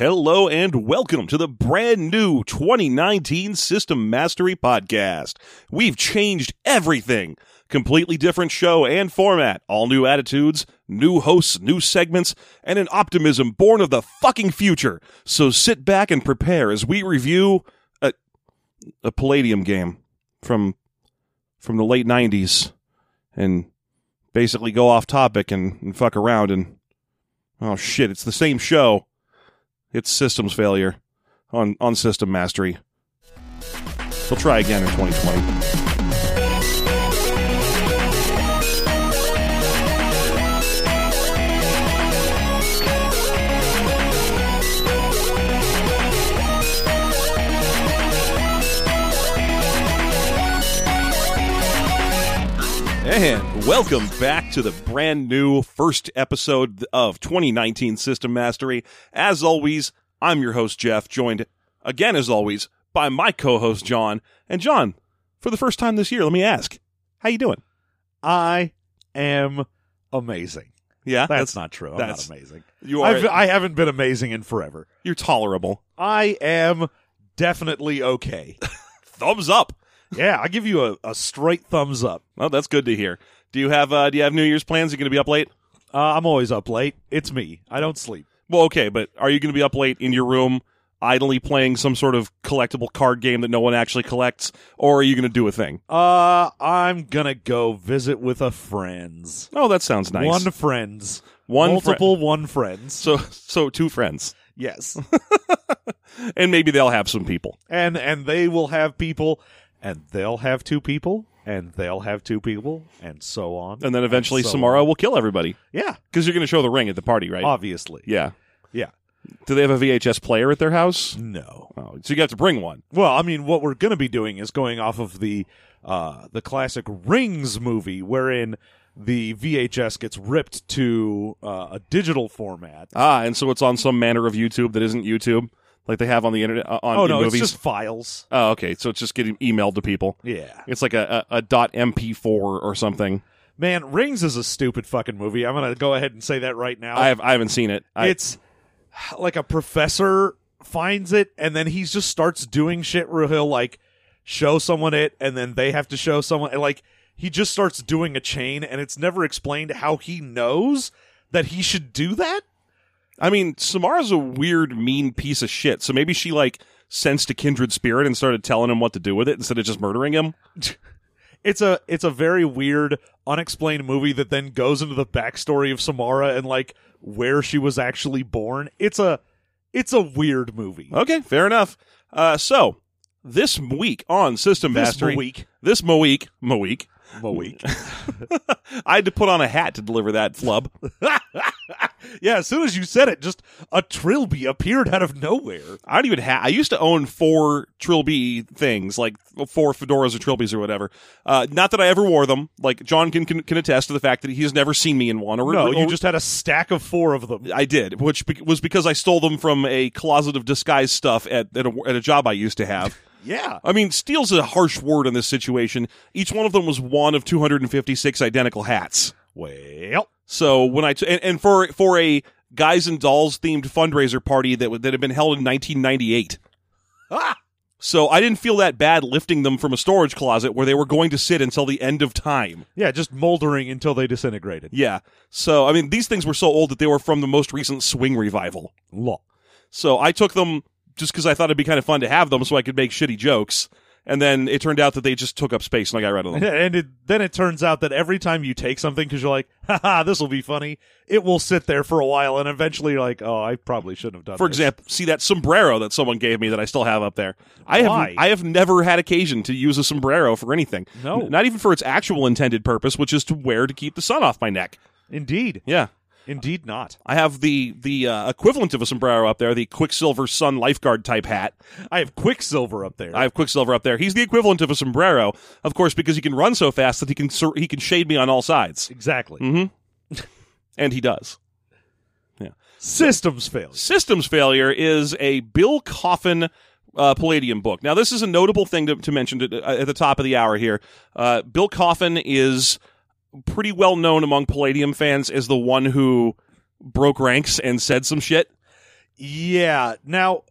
Hello and welcome to the brand new 2019 System Mastery Podcast. We've changed everything. Completely different show and format, all new attitudes, new hosts, new segments, and an optimism born of the fucking future. So sit back and prepare as we review a, a Palladium game from from the late 90s and basically go off topic and, and fuck around and oh shit, it's the same show. It's systems failure on, on system mastery. We'll try again in 2020. And welcome back to the brand new first episode of 2019 System Mastery. As always, I'm your host, Jeff, joined again, as always, by my co host, John. And John, for the first time this year, let me ask, how you doing? I am amazing. Yeah, That's, not true. I'm that's- not amazing. you are. I've, I haven't been amazing in forever. you're tolerable. I am definitely okay. Thumbs up. yeah, I give you a, a straight thumbs up. Well, that's good to hear. Do you have uh, Do you have New Year's plans? Are you going to be up late? Uh, I'm always up late. It's me. I don't sleep. Well, okay, but are you going to be up late in your room, idly playing some sort of collectible card game that no one actually collects, or are you going to do a thing? Uh, I'm gonna go visit with a friends. Oh, that sounds nice. One friends. One fri- multiple one friends. so so two friends, yes, and maybe they'll have some people. and and they will have people, and they'll have two people, and they'll have two people, and so on. And then eventually, so uh, Samara will kill everybody yeah, because you're going to show the ring at the party, right? Uh, obviously. yeah, Yeah. Do they have a VHS player at their house? No. Oh, so you have to bring one. Well, I mean, what we're going to be doing is going off of the uh, the classic Rings movie, wherein the VHS gets ripped to uh, a digital format. Ah, and so it's on some manner of YouTube that isn't YouTube, like they have on the internet uh, on oh in no, movies. it's just files. oh, okay. So it's just getting emailed to people. Yeah, It's like a, a, a .mp4 or something. man, Rings is a stupid fucking movie. I'm going to go ahead and say that right now. I have I haven't seen it. I, it's like a professor finds it and then he just starts doing shit where he'll like show someone it and then they have to show someone and like he just starts doing a chain and it's never explained how he knows that he should do that I mean, Samara's a weird, mean piece of shit. So maybe she like sensed a kindred spirit and started telling him what to do with it instead of just murdering him. it's a it's a very weird unexplained movie that then goes into the backstory of samara and like where she was actually born it's a it's a weird movie Okay, fair enough. Uh, so this week on System this Mastery, week this Moeek, Moeek, week I had to put on a hat to deliver that flub. Yeah, as soon as you said it, just a trilby appeared out of nowhere. I don't even have. I used to own four Trilby things, like four fedoras or Trilbys or whatever. Uh, not that I ever wore them. Like John can, can can attest to the fact that he's never seen me in one. Or No, or- you just had a stack of four of them. I did, which be- was because I stole them from a closet of disguised stuff at at a, at a job I used to have. Yeah. I mean, steal's a harsh word in this situation. Each one of them was one of 256 identical hats. Well, So when I t- and, and for for a guys and dolls themed fundraiser party that w- that had been held in 1998. ah, So I didn't feel that bad lifting them from a storage closet where they were going to sit until the end of time. yeah, just moldering until they disintegrated. Yeah. So I mean, these things were so old that they were from the most recent swing revival. Law. So I took them just because I thought it'd be kind of fun to have them, so I could make shitty jokes. And then it turned out that they just took up space, and I got rid of them. And it, then it turns out that every time you take something because you're like, haha, this will be funny, it will sit there for a while, and eventually you're like, oh, I probably shouldn't have done For this. example, see that sombrero that someone gave me that I still have up there. I Why? have I have never had occasion to use a sombrero for anything. No. N- not even for its actual intended purpose, which is to wear to keep the sun off my neck. Indeed. Yeah. Indeed not. I have the the uh, equivalent of a sombrero up there, the Quicksilver Sun lifeguard type hat. I have Quicksilver up there. I have Quicksilver up there. He's the equivalent of a sombrero, of course, because he can run so fast that he can sur- he can shade me on all sides, exactly. and he does. Systems failure. Systems Failure is a Bill Coffin uh, Palladium book. Now, this is a notable thing to, to mention to, uh, at the top of the hour here. Uh, Bill Coffin is pretty well known among Palladium fans as the one who broke ranks and said some shit. Yeah. Now,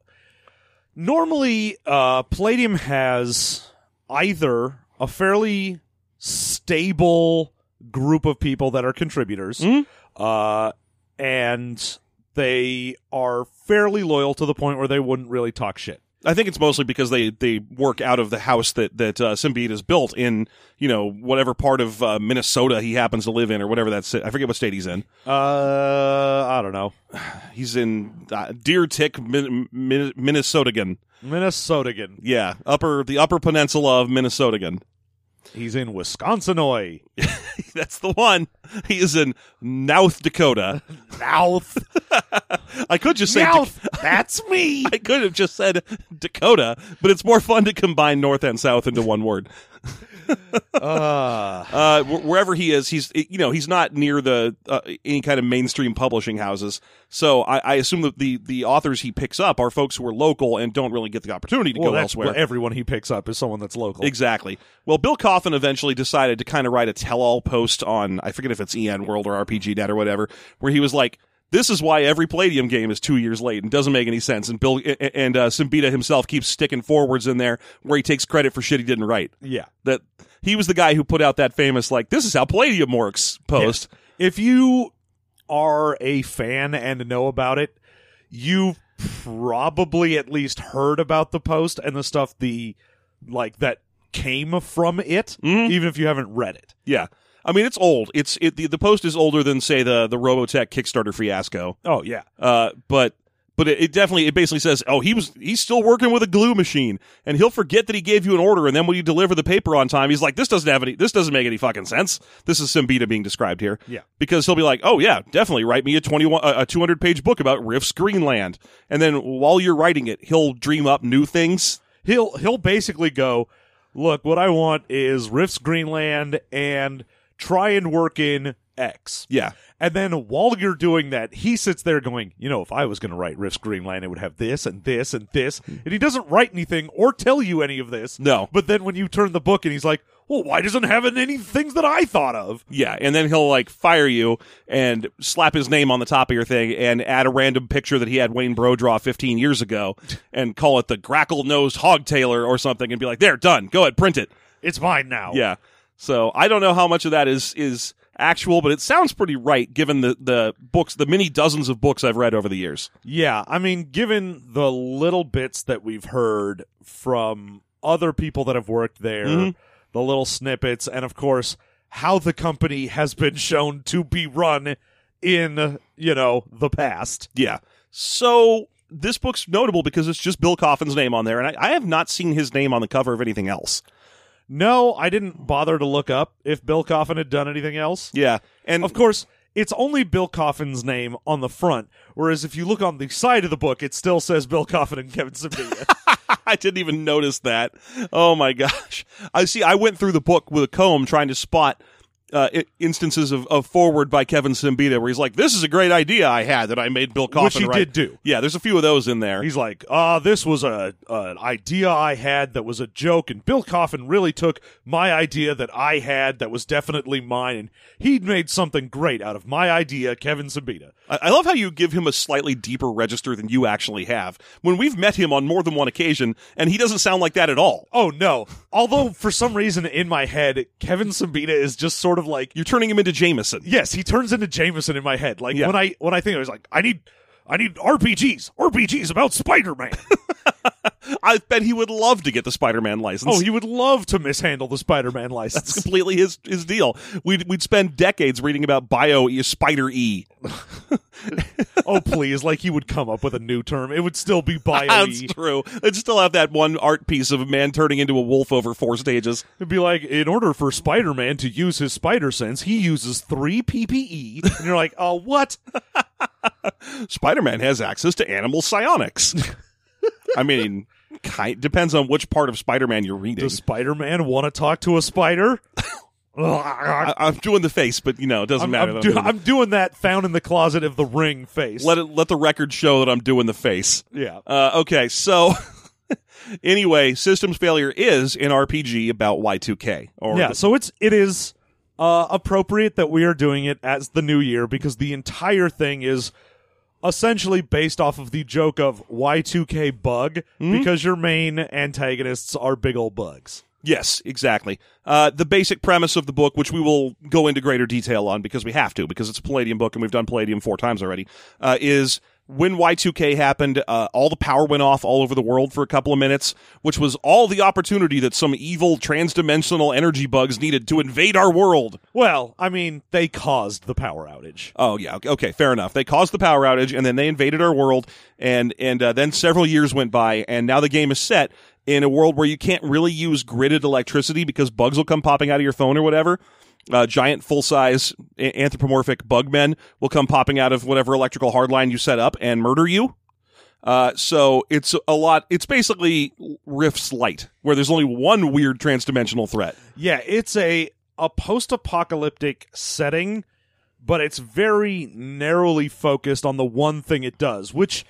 normally, uh, Palladium has either a fairly stable group of people that are contributors, Mhm. uh, and they are fairly loyal to the point where they wouldn't really talk shit. I think it's mostly because they, they work out of the house that that uh, Symbiote is built in, you know, whatever part of uh, Minnesota he happens to live in or whatever that's. I forget what state he's in. Uh, I don't know. He's in uh, Deer Tick, Min- Min- Minnesotigan. Minnesotigan. Yeah, upper the upper peninsula of Minnesotigan. He's in Wisconsinoy. That's the one. He is in North Dakota. Mouth. I could just say Mouth. That's me. I could have just said Dakota, but it's more fun to combine North and South into one word. Uh, Uh, wh- wherever he is, he's you know he's not near the uh, any kind of mainstream publishing houses. So I, I assume that the the authors he picks up are folks who are local and don't really get the opportunity to well, go that's elsewhere. where everyone he picks up is someone that's local. Exactly. Well, Bill Coffin eventually decided to kind of write a tell-all post on I forget if it's EN World or RPG Net or whatever, where he was like, "This is why every Palladium game is two years late and doesn't make any sense." And Bill a- a- and uh, Simbita himself keeps sticking forwards in there where he takes credit for shit he didn't write. yeah. That he was the guy who put out that famous like, "This is how Palladium works" post. If you are a fan and know about it, you've probably at least heard about the post and the stuff the like that came from it, even if you haven't read it. Yeah. I mean, it's old. It's it, the, the post is older than say the the Robotech Kickstarter fiasco. Oh yeah. Uh, but but it, it definitely it basically says, oh, he was he's still working with a glue machine, and he'll forget that he gave you an order, and then when you deliver the paper on time, he's like, this doesn't have any, this doesn't make any fucking sense. This is Simbita being described here, Yeah. because he'll be like, oh yeah, definitely write me a twenty one a two hundred page book about Rift's Greenland, and then while you're writing it, he'll dream up new things. He'll he'll basically go, look, what I want is Rift's Greenland and try and work in X. Yeah, And then while you're doing that, he sits there going, you know, if I was going to write Rift's Greenland, it would have this and this and this. And he doesn't write anything or tell you any of this. Hmm. no, But then when you turn the book and he's like, well, why doesn't it have any things that I thought of? Yeah, and then he'll like fire you and slap his name on the top of your thing and add a random picture that he had Wayne Bro draw 15 years ago and call it the grackle nosed hog tailor or something and be like, there, done. Go ahead, print it. It's mine now. Yeah. So I don't know how much of that is is actual, but it sounds pretty right given the the books, the many dozens of books I've read over the years. Yeah. I mean, given the little bits that we've heard from other people that have worked there, Mhm. the little snippets, and of course, how the company has been shown to be run in, you know, the past. Yeah. So this book's notable because it's just Bill Coffin's name on there, and I, I have not seen his name on the cover of anything else. No, I didn't bother to look up if Bill Coffin had done anything else. Yeah. And Of course, it's only Bill Coffin's name on the front, whereas if you look on the side of the book, it still says Bill Coffin and Kevin Sabia. I didn't even notice that. Oh my gosh! I see. I went through the book with a comb trying to spot uh, i- instances of, of forward by Kevin Simbita, where he's like, "This is a great idea I had that I made Bill Coffin." which he write." did do. Yeah, there's a few of those in there. He's like, ah, this was a an idea I had that was a joke, and Bill Coffin really took my idea that I had that was definitely mine, and he made something great out of my idea, Kevin Sabita. I, I love how you give him a slightly deeper register than you actually have. When we've met him on more than one occasion, and he doesn't sound like that at all. Oh no! Although for some reason in my head, Kevin Sabita is just sort of like You're turning him into Jameson. yes, he turns into Jameson in my head. Like Yeah. when I when I think I was like, I need I need RPGs, RPGs about Spider Man. I bet he would love to get the Spider-Man license. oh, he would love to mishandle the Spider Man license. completely his his deal. We'd we'd spend decades reading about Bio E- Spider E. oh please, like he would come up with a new term. It would still be bio. That's true. They'd still have that one art piece of a man turning into a wolf over four stages. It'd be like, in order for Spider Man to use his spider sense, he uses three PPE. And you're like, oh what? Spider Man has access to animal psionics. I mean, kind, depends on which part of Spider Man you're reading. Does Spider Man want to talk to a spider? I, I'm, I'm doing the face, but you know, it doesn't matter. I'm do- I'm doing that found in the closet of the ring face. let it, let the record show that I'm doing the face. yeah. Uh, okay, so anyway, systems failure is an RPG about Y2K. Or yeah so it's it is uh appropriate that we are doing it as the new year because the entire thing is essentially based off of the joke of Y2K bug because your main antagonists are big old bugs. Yes, exactly. Uh, the basic premise of the book, which we will go into greater detail on because we have to, because it's a Palladium book and we've done Palladium four times already, uh, is when Y2K happened, uh, all the power went off all over the world for a couple of minutes, which was all the opportunity that some evil transdimensional energy bugs needed to invade our world. Well, I mean, they caused the power outage. Oh yeah, okay- okay, fair enough. They caused the power outage, and then they invaded our world, and and uh, then several years went by, and now the game is set in a world where you can't really use gridded electricity because bugs will come popping out of your phone or whatever. Uh, giant full size anthropomorphic bug men will come popping out of whatever electrical hardline you set up and murder you. Uh, so it's a lot. It's basically Rifts Light, where there's only one weird transdimensional threat. Yeah, it's a a post-apocalyptic setting, but it's very narrowly focused on the one thing it does, which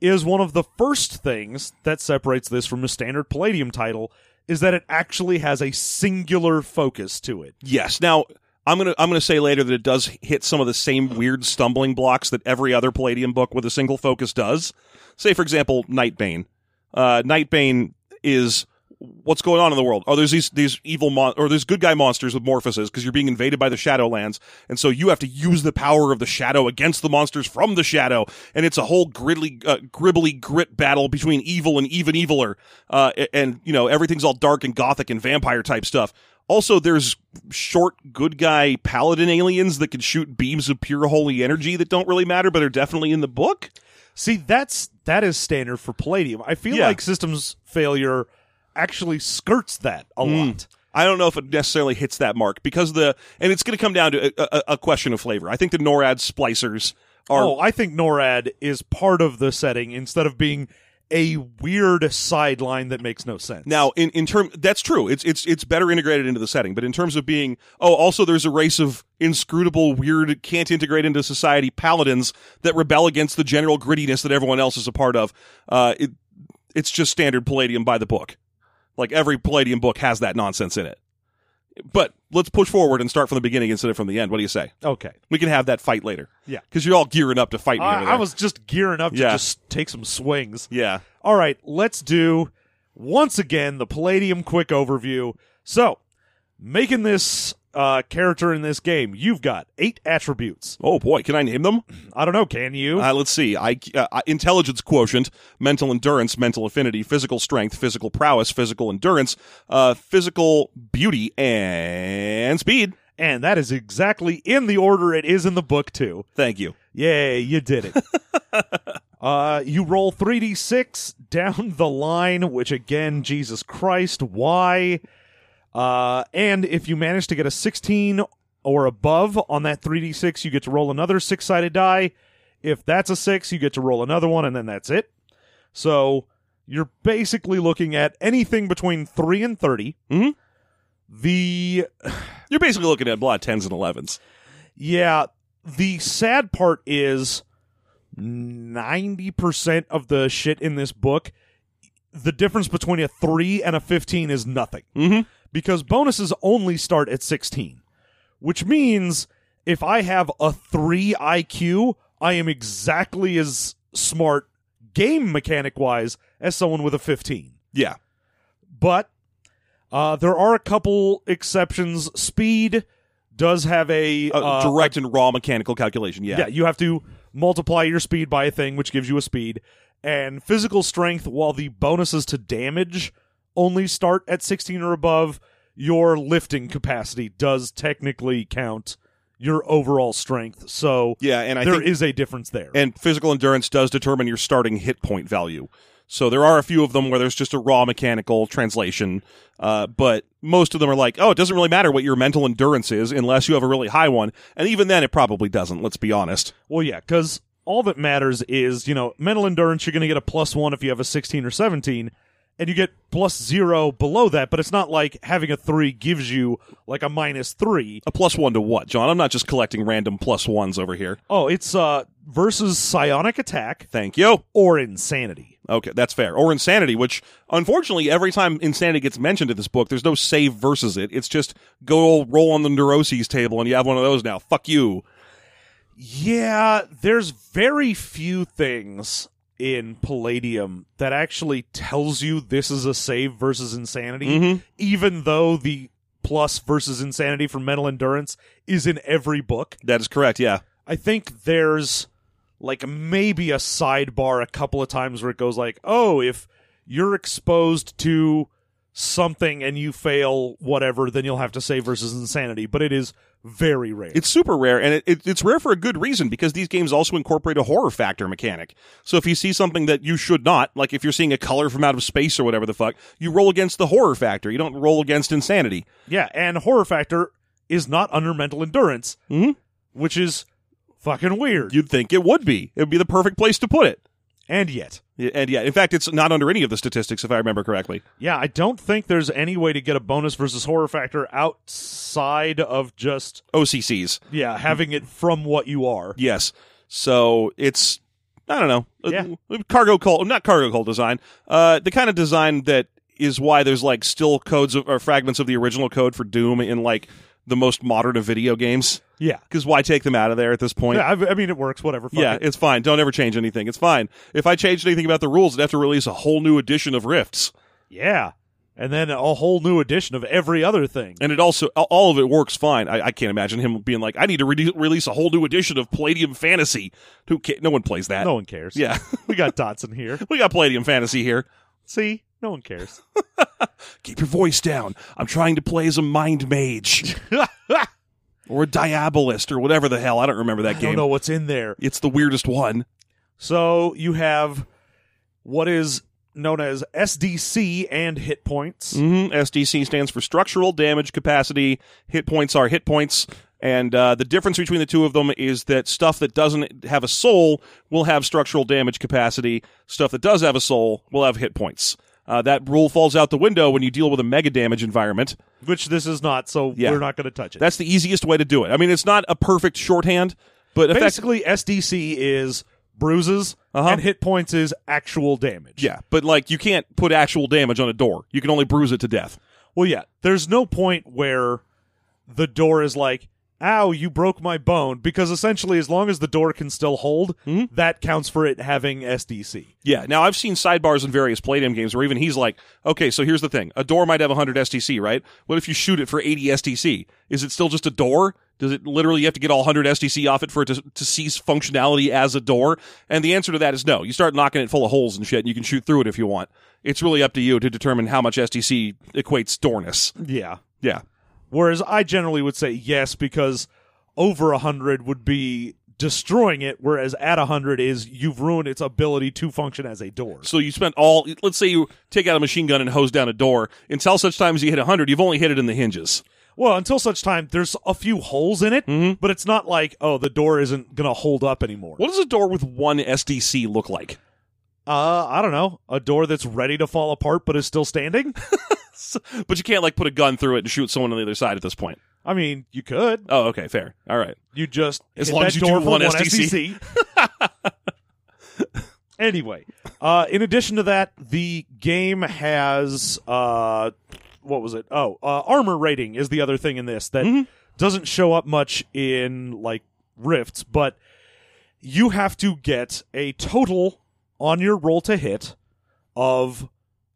is one of the first things that separates this from a standard Palladium title is that it actually has a singular focus to it. Yes. Now I'm gonna I'm gonna say later that it does hit some of the same weird stumbling blocks that every other Palladium book with a single focus does. Say for example, Nightbane. Uh, Nightbane is what's going on in the world. Oh, there's these these evil mon- or there's good guy monsters with Morphuses because you're being invaded by the Shadowlands, and so you have to use the power of the Shadow against the monsters from the Shadow, and it's a whole gridly uh, gribbly grit battle between evil and even eviler, uh, a- and you know everything's all dark and gothic and vampire type stuff. Also, there's short good guy paladin aliens that can shoot beams of pure holy energy that don't really matter, but are definitely in the book. See, that's that is standard for Palladium. I feel Yeah. like systems failure actually skirts that a Hmm. lot. I don't know if it necessarily hits that mark because the and it's going to come down to a, a, a question of flavor. I think the NORAD splicers are oh, I think NORAD is part of the setting instead of being a weird sideline that makes no sense. now in in term that's true. It's it's it's better integrated into the setting, but in terms of being oh, also there's a race of inscrutable, weird, can't integrate into society paladins that rebel against the general grittiness that everyone else is a part of. Uh, it it's just standard Palladium by the book. Like every Palladium book has that nonsense in it. But let's push forward and start from the beginning instead of from the end. What do you say? okay. We can have that fight later. Yeah. Because you're all gearing up to fight me. over I, I there. was just gearing up to Yeah. just take some swings. Yeah. All right, let's do once again the Palladium quick overview. So, making this uh, character in this game, you've got eight attributes. Oh boy, can I name them? I don't know, can you? Uh, let's see. I, uh, intelligence quotient, mental endurance, mental affinity, physical strength, physical prowess, physical endurance, uh, physical beauty, and speed. and that is exactly in the order it is in the book too. Thank you. Yay, you did it. uh, you roll 3d6 down the line, which again, Jesus Christ, why? Uh, and if you manage to get a 16 or above on that 3d6, you get to roll another six sided die. If that's a six, you get to roll another one, and then that's it. So you're basically looking at anything between 3 and 30. Mhm. The You're basically looking at a lot of tens and elevens. yeah, the sad part is 90% of the shit in this book, the difference between a 3 and a 15 is nothing. Mhm. Because bonuses only start at 16, which means if I have a 3 IQ, I am exactly as smart game mechanic wise as someone with a 15 Yeah. but uh, there are a couple exceptions. Speed does have a Uh, uh, direct and raw mechanical calculation. Yeah. yeah. You have to multiply your speed by a thing, which gives you a speed. And physical strength, while the bonuses to damage only start at 16 or above, your lifting capacity does technically count your overall strength. So Yeah, and I there think is a difference there. and physical endurance does determine your starting hit point value. So there are a few of them where there's just a raw mechanical translation, uh, but most of them are like, oh, it doesn't really matter what your mental endurance is unless you have a really high one, and even then it probably doesn't. Let's be honest. Well, yeah, because all that matters is, you know, mental endurance, you're going to get a plus one if you have a 16 or 17, and you get plus zero below that, but it's not like having a three gives you like a minus three. A plus one to what, John? I'm not just collecting random plus ones over here. Oh, it's uh, versus psionic attack Thank you. or insanity. Okay, that's fair. Or insanity, which unfortunately every time insanity gets mentioned in this book, there's no save versus it. It's just go roll on the neuroses table, and you have one of those now. Fuck you. Yeah, there's very few things in Palladium that actually tells you this is a save versus insanity, Mhm. even though the plus versus insanity for mental endurance is in every book. That is correct. Yeah. I think there's like maybe a sidebar a couple of times where it goes like, "Oh, if you're exposed to something and you fail whatever, then you'll have to save versus insanity," but it is very rare. It's super rare, and it, it, it's rare for a good reason because these games also incorporate a horror factor mechanic. So if you see something that you should not, like if you're seeing a color from out of space or whatever the fuck, you roll against the horror factor. You don't roll against insanity. yeah, and horror factor is not under mental endurance, Mhm. which is fucking weird. You'd think it would be. It would be the perfect place to put it. and yet, Yeah, And yeah, in fact, it's not under any of the statistics, if I remember correctly. yeah, I don't think there's any way to get a bonus versus horror factor outside of just OCCs, yeah, having it from what you are. yes. So it's I don't know, Yeah. Uh, cargo cult, not cargo cult design. Uh, the kind of design that is why there's like still codes of, or fragments of the original code for Doom in like the most modern of video games. Yeah. Because why take them out of there at this point? Yeah, I, I mean it works. Whatever. Fuck Yeah, it. it's fine. Don't ever change anything. It's fine. If I changed anything about the rules, I'd have to release a whole new edition of Rifts, Yeah. And then a whole new edition of every other thing. and it also all- all of it works fine. I, I can't imagine him being like, "I need to re- release a whole new edition of Palladium Fantasy." Who? Ca- no one plays that. No one cares. Yeah, We got Dotson here. we got Palladium Fantasy here. See? No one cares. Keep your voice down. I'm trying to play as a mind mage or a diabolist or whatever the hell. I don't remember that I game. don't know what's in there. It's the weirdest one. So you have what is known as SDC and hit points. hmm SDC stands for structural damage capacity. Hit points are hit points. And uh, the difference between the two of them is that stuff that doesn't have a soul will have structural damage capacity. Stuff that does have a soul will have hit points. Uh, that rule falls out the window when you deal with a mega damage environment. Which this is not, so Yeah. we're not going to touch it. That's the easiest way to do it. I mean, it's not a perfect shorthand, but effectively. Basically, SDC is bruises Uh-huh. and hit points is actual damage. Yeah, but like you can't put actual damage on a door. You can only bruise it to death. Well, yeah. There's no point where the door is like, ow, you broke my bone, because essentially, as long as the door can still hold, that counts for it having SDC. Yeah. Now I've seen sidebars in various Palladium games where even he's like, okay, so here's the thing: a door might have 100 STC, right? What if you shoot it for 80 STC? Is it still just a door? Does it literally you have to get all 100 STC off it for it to, to cease functionality as a door? And the answer to that is no. You start knocking it full of holes and shit, and you can shoot through it if you want. It's really up to you to determine how much STC equates doorness. Yeah. Yeah. Whereas I generally would say yes, because over 100 would be destroying it, whereas at 100 is you've ruined its ability to function as a door. So you spent all, let's say you take out a machine gun and hose down a door. Until such time as you hit 100, you've only hit it in the hinges. Mm-hmm. Well, until such time, there's a few holes in it, Hmm? but it's not like, oh, the door isn't going to hold up anymore. What does a door with one SDC look like? Uh, I don't know. A door that's ready to fall apart but is still standing? But you can't like put a gun through it and shoot someone on the other side at this point. I mean, you could. Oh, okay, fair. All right. You just As hit long that as you do door for one one SDC. SDC. anyway, uh, in addition to that, the game has uh, what was it? Oh, uh, armor rating is the other thing in this that Mm-hmm. doesn't show up much in like rifts, but you have to get a total on your roll to hit of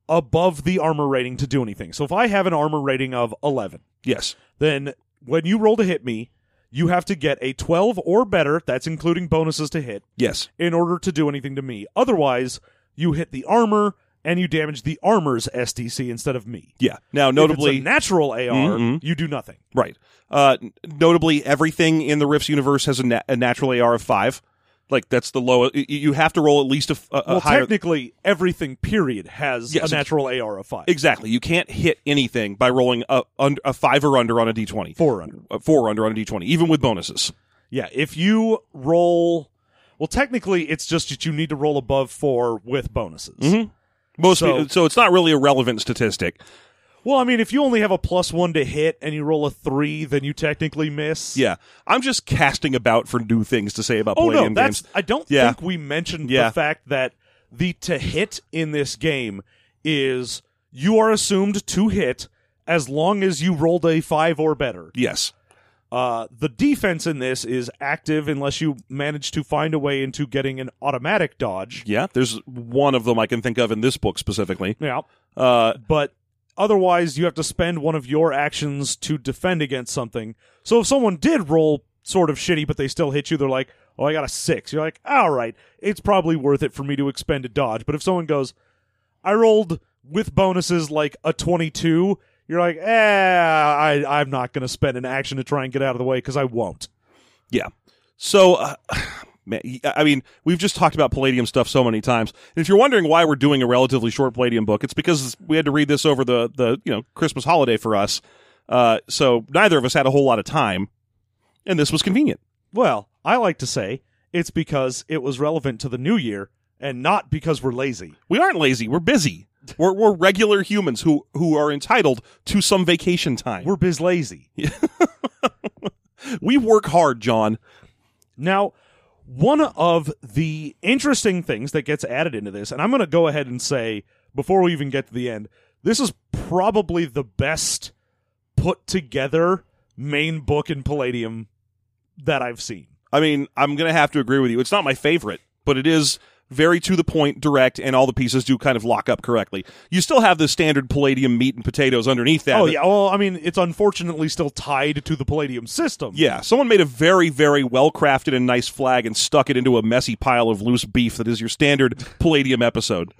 above the armor rating to do anything. So if I have an armor rating of eleven Yes. then when you roll to hit me, you have to get a 12 or better, that's including bonuses to hit, Yes. in order to do anything to me. Otherwise, you hit the armor and you damage the armor's SDC instead of me. Yeah. Now, If it's notably, a natural AR, Mhm. you do nothing. right. Uh, n- notably, everything in the Rifts universe has a, na- a natural AR of five. Like that's the lowest. You have to roll at least a, f- a- a well, higher. technically, everything period has Yes, a natural AR of five. exactly. You can't hit anything by rolling a, under, a five or under on a d20. Four under. Uh, four or under on a d20, even with bonuses. Yeah, if you roll, well, technically, it's just that you need to roll above four with bonuses. Mm-hmm. Most So- people, so it's not really a relevant statistic. Well, I mean, if you only have a plus one to hit and you roll a three, then you technically miss. Yeah, I'm just casting about for new things to say about Oh no, Palladium that's games. I don't Yeah. think we mentioned Yeah. the fact that the to hit in this game is you are assumed to hit as long as you rolled a five or better. Yes, Uh, the defense in this is active unless you manage to find a way into getting an automatic dodge. Yeah, there's one of them I can think of in this book specifically. Yeah, Uh, but otherwise you have to spend one of your actions to defend against something. So if someone did roll sort of shitty, but they still hit you, they're like, "Oh, I got a six. You're like, "All right, it's probably worth it for me to expend a dodge." But if someone goes, "I rolled with bonuses like a twenty-two," you're like, "Eh, I, I'm not going to spend an action to try and get out of the way because I won't." yeah. So, uh, man, I mean, we've just talked about Palladium stuff so many times. And if you're wondering why we're doing a relatively short Palladium book, it's because we had to read this over the the you know Christmas holiday for us. Uh, so neither of us had a whole lot of time, and this was convenient. Well, I like to say it's because it was relevant to the new year and not because we're lazy. We aren't lazy. We're busy. We're we're regular humans who who are entitled to some vacation time. We're biz lazy. we work hard, John. Now, one of the interesting things that gets added into this, and I'm going to go ahead and say before we even get to the end, this is probably the best put together main book in Palladium that I've seen. I mean, I'm going to have to agree with you. It's not my favorite, but it is very to the point, direct, and all the pieces do kind of lock up correctly. You still have the standard palladium meat and potatoes underneath that. Oh but- yeah, well, I mean, it's unfortunately still tied to the Palladium system. Yeah, someone made a very, very well crafted and nice flag and stuck it into a messy pile of loose beef that is your standard Palladium episode.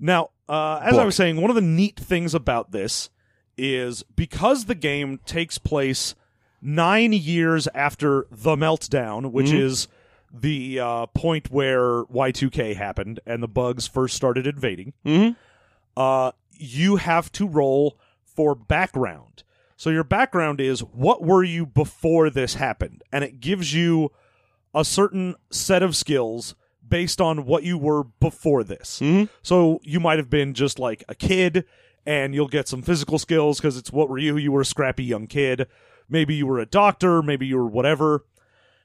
Now, uh, as I Book. was saying, one of the neat things about this is because the game takes place nine years after the meltdown, which is the uh, point where Y2K happened and the bugs first started invading, Mhm. uh, you have to roll for background. So your background is what were you before this happened? And it gives you a certain set of skills based on what you were before this. Mhm. So you might have been just like a kid, and you'll get some physical skills because it's what were you? You were a scrappy young kid. Maybe you were a doctor. Maybe you were whatever.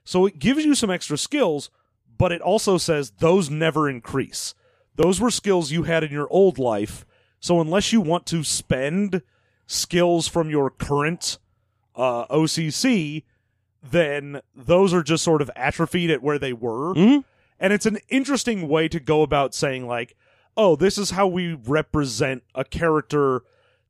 So it gives you some extra skills, but it also says those never increase. Those were skills you had in your old life. So unless you want to spend skills from your current uh, OCC, then those are just sort of atrophied at where they were. Mhm. And it's an interesting way to go about saying, like, oh, this is how we represent a character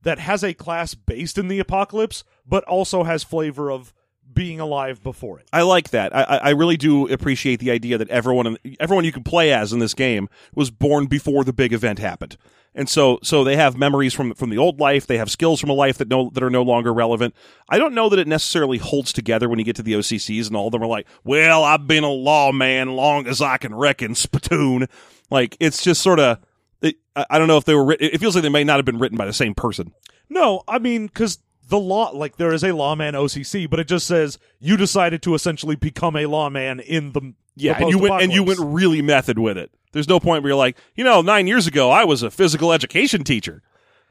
that has a class based in the apocalypse, but also has flavor of being alive before it. I like that. I, I I really do appreciate the idea that everyone everyone you can play as in this game was born before the big event happened, and so so they have memories from from the old life. They have skills from a life that no that are no longer relevant. I don't know that it necessarily holds together when you get to the OCCs and all of them are like, "Well, I've been a lawman long as I can reckon." Spittoon, like it's just sort of. It, I I don't know if they were. Writ- it feels like they may not have been written by the same person. No, I mean, because the law, like, there is a lawman OCC, but it just says you decided to essentially become a lawman in the. the and you went and you post-apocalypse. went really method with it. There's no point where you're like, you know, nine years ago I was a physical education teacher.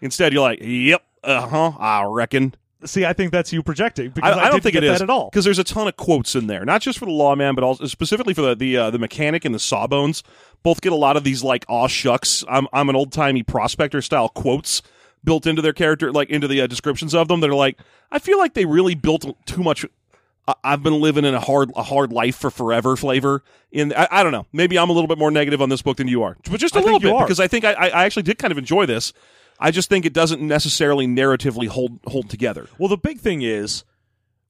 Instead, you're like, yep, uh huh, I reckon. See, I think that's you projecting I, because I, don't didn't think get it is that at all. because there's a ton of quotes in there, not just for the lawman, but also specifically for the the, uh, the mechanic and the sawbones. Both get a lot of these like aw shucks. I'm I'm an old timey prospector style quotes built into their character, like into the uh, descriptions of them. That are like, I feel like they really built too much. I- I've been living in a hard a hard life for forever flavor. In I, I don't know, maybe I'm a little bit more negative on this book than you are, but just a I think little you bit are. because I think I, I I actually did kind of enjoy this. I just think it doesn't necessarily narratively hold hold together. Well, the big thing is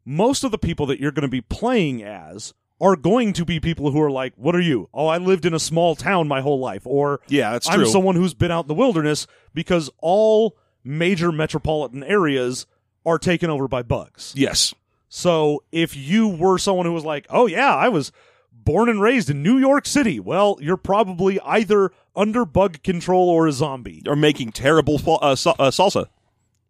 most of the people that you're going to be playing as are going to be people who are like, "What are you? Oh, I lived in a small town my whole life," or Yeah, that's "I'm true. someone who's been out in the wilderness," because all major metropolitan areas are taken over by bugs. yes. So, if you were someone who was like, "Oh yeah, I was born and raised in New York City," well, you're probably either under bug control or a zombie, are making terrible fa- uh, sa- uh, salsa.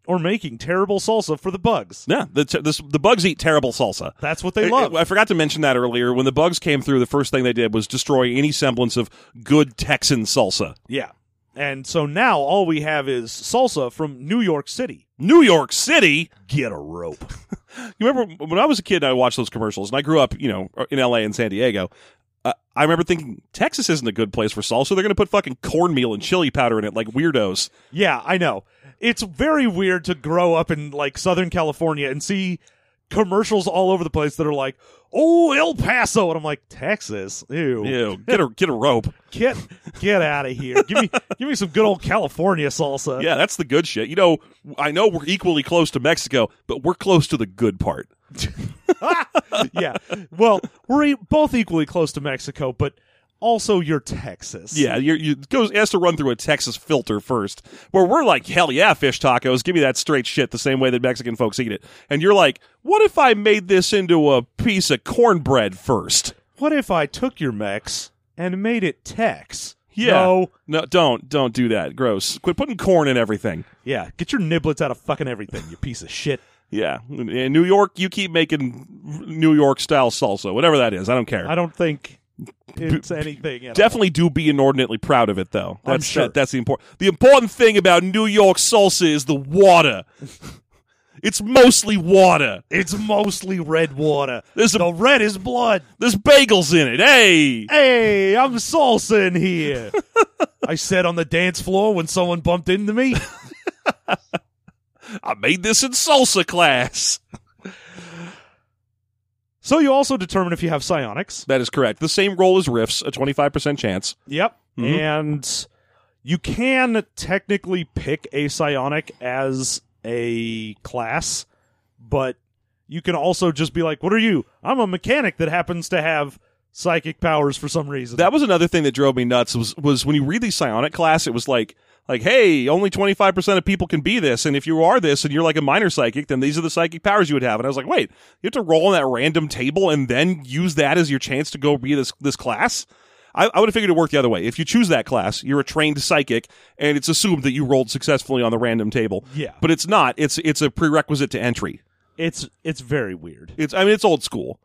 or making terrible salsa for the bugs. Yeah, the t- this, the bugs eat terrible salsa. That's what they I- love. I, forgot to mention that earlier. When the bugs came through, the first thing they did was destroy any semblance of good Texan salsa. Yeah. And so now all we have is salsa from New York City. New York City. Get a rope. You remember when I was a kid, I watched those commercials, and I grew up, you know, uh, in L.A. and San Diego. Uh, I remember thinking Texas isn't a good place for salsa. They're going to put fucking cornmeal and chili powder in it, like weirdos. yeah, I know. It's very weird to grow up in like Southern California and see commercials all over the place that are like, "Oh, El Paso," and I'm like, "Texas, ew, Ew, get a get a rope. get get out of here. Give me give me some good old California salsa." Yeah, that's the good shit. You know, I know we're equally close to Mexico, but we're close to the good part. yeah. Well, we're e- both equally close to Mexico, but also you're Texas. Yeah, you're, you it goes it has to run through a Texas filter first, where we're like, hell yeah, fish tacos, give me that straight shit the same way that Mexican folks eat it, and you're like, what if I made this into a piece of cornbread first? What if I took your Mex and made it Tex? Yeah. No. No, don't don't do that. Gross. Quit putting corn in everything. Yeah. Get your niblets out of fucking everything, you piece of shit. Yeah, in New York, you keep making New York style salsa, whatever that is. I don't care. I don't think it's anything. at all. Definitely do be inordinately proud of it, though. I'm That's sure. that- that's the important. The important thing about New York salsa is the water. it's mostly water. It's mostly red water. There's a- the red is blood. There's bagels in it. Hey, Hey, I'm salsa in here. I said on the dance floor when someone bumped into me. I made this in salsa class. So you also determine if you have psionics. That is correct. The same roll as riffs, a 25% chance. Yep. Mhm. And you can technically pick a psionic as a class, but you can also just be like, what are you? I'm a mechanic that happens to have psychic powers for some reason. That was another thing that drove me nuts was was when you read the psionic class, it was like like hey, only twenty five percent of people can be this, and if you are this and you're like a minor psychic, then these are the psychic powers you would have. And I was like, wait, you have to roll on that random table and then use that as your chance to go be this this class. I, I would have figured it worked the other way. If you choose that class, you're a trained psychic, and it's assumed that you rolled successfully on the random table. Yeah. but it's not. It's it's a prerequisite to entry. it's it's very weird. It's I mean it's old school,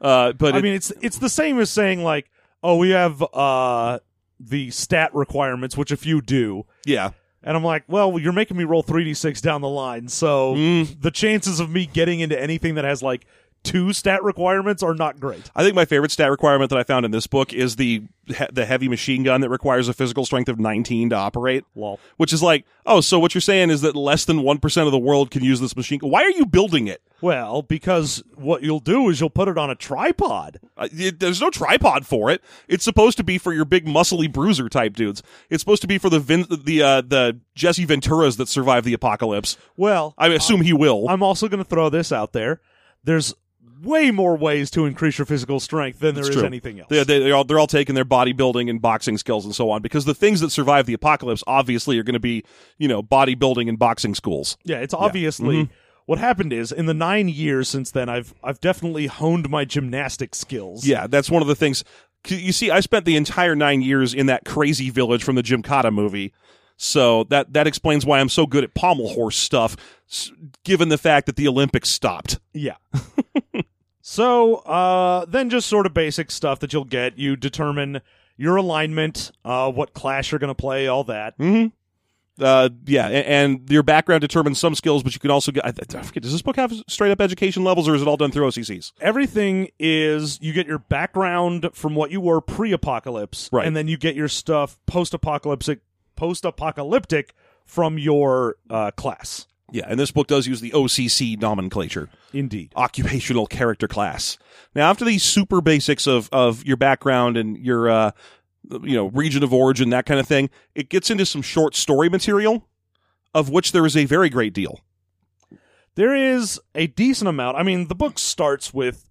uh, but I it- mean, it's it's the same as saying like, oh, we have uh the stat requirements, which if you do, yeah, and I'm like, well, you're making me roll three d six down the line, so the chances of me getting into anything that has like two stat requirements are not great. I think my favorite stat requirement that I found in this book is the he- the heavy machine gun that requires a physical strength of 19 to operate. Lol. Which is like, oh, so what you're saying is that less than 1% of the world can use this machine gun. Why are you building it? Well, because what you'll do is you'll put it on a tripod. Uh, it- There's no tripod for it. It's supposed to be for your big muscly bruiser type dudes. It's supposed to be for the Vin- the uh, the Jesse Venturas that survived the apocalypse. Well, I assume he will. I'm also going to throw this out there. There's way more ways to increase your physical strength than there is It's true. anything else. They, they, they're, all, they're all taking their bodybuilding and boxing skills and so on because the things that survive the apocalypse obviously are going to be, you know, bodybuilding and boxing schools. Yeah, it's obviously Mm-hmm. what happened is in the nine years since then, I've I've definitely honed my gymnastic skills. Yeah, that's one of the things. 'Cause You see, I spent the entire nine years in that crazy village from the Jim Cotta movie. So that, that explains why I'm so good at pommel horse stuff, s- given the fact that the Olympics stopped. yeah. so uh, then, just sort of basic stuff that you'll get. You determine your alignment, uh, what clash you're going to play, all that. Mm-hmm. Uh, yeah, a- and, and your background determines some skills, but you can also get. I, I forget, does this book have straight up education levels or is it all done through OCCs? Everything is you get your background from what you were pre-apocalypse, Right. and then you get your stuff post-apocalyptic, post-apocalyptic from your uh, class. Yeah, and this book does use the OCC nomenclature. Indeed. occupational character class. Now, after these super basics of of your background and your uh, you know region of origin, that kind of thing, it gets into some short story material, of which there is a very great deal. there is a decent amount. I mean, the book starts with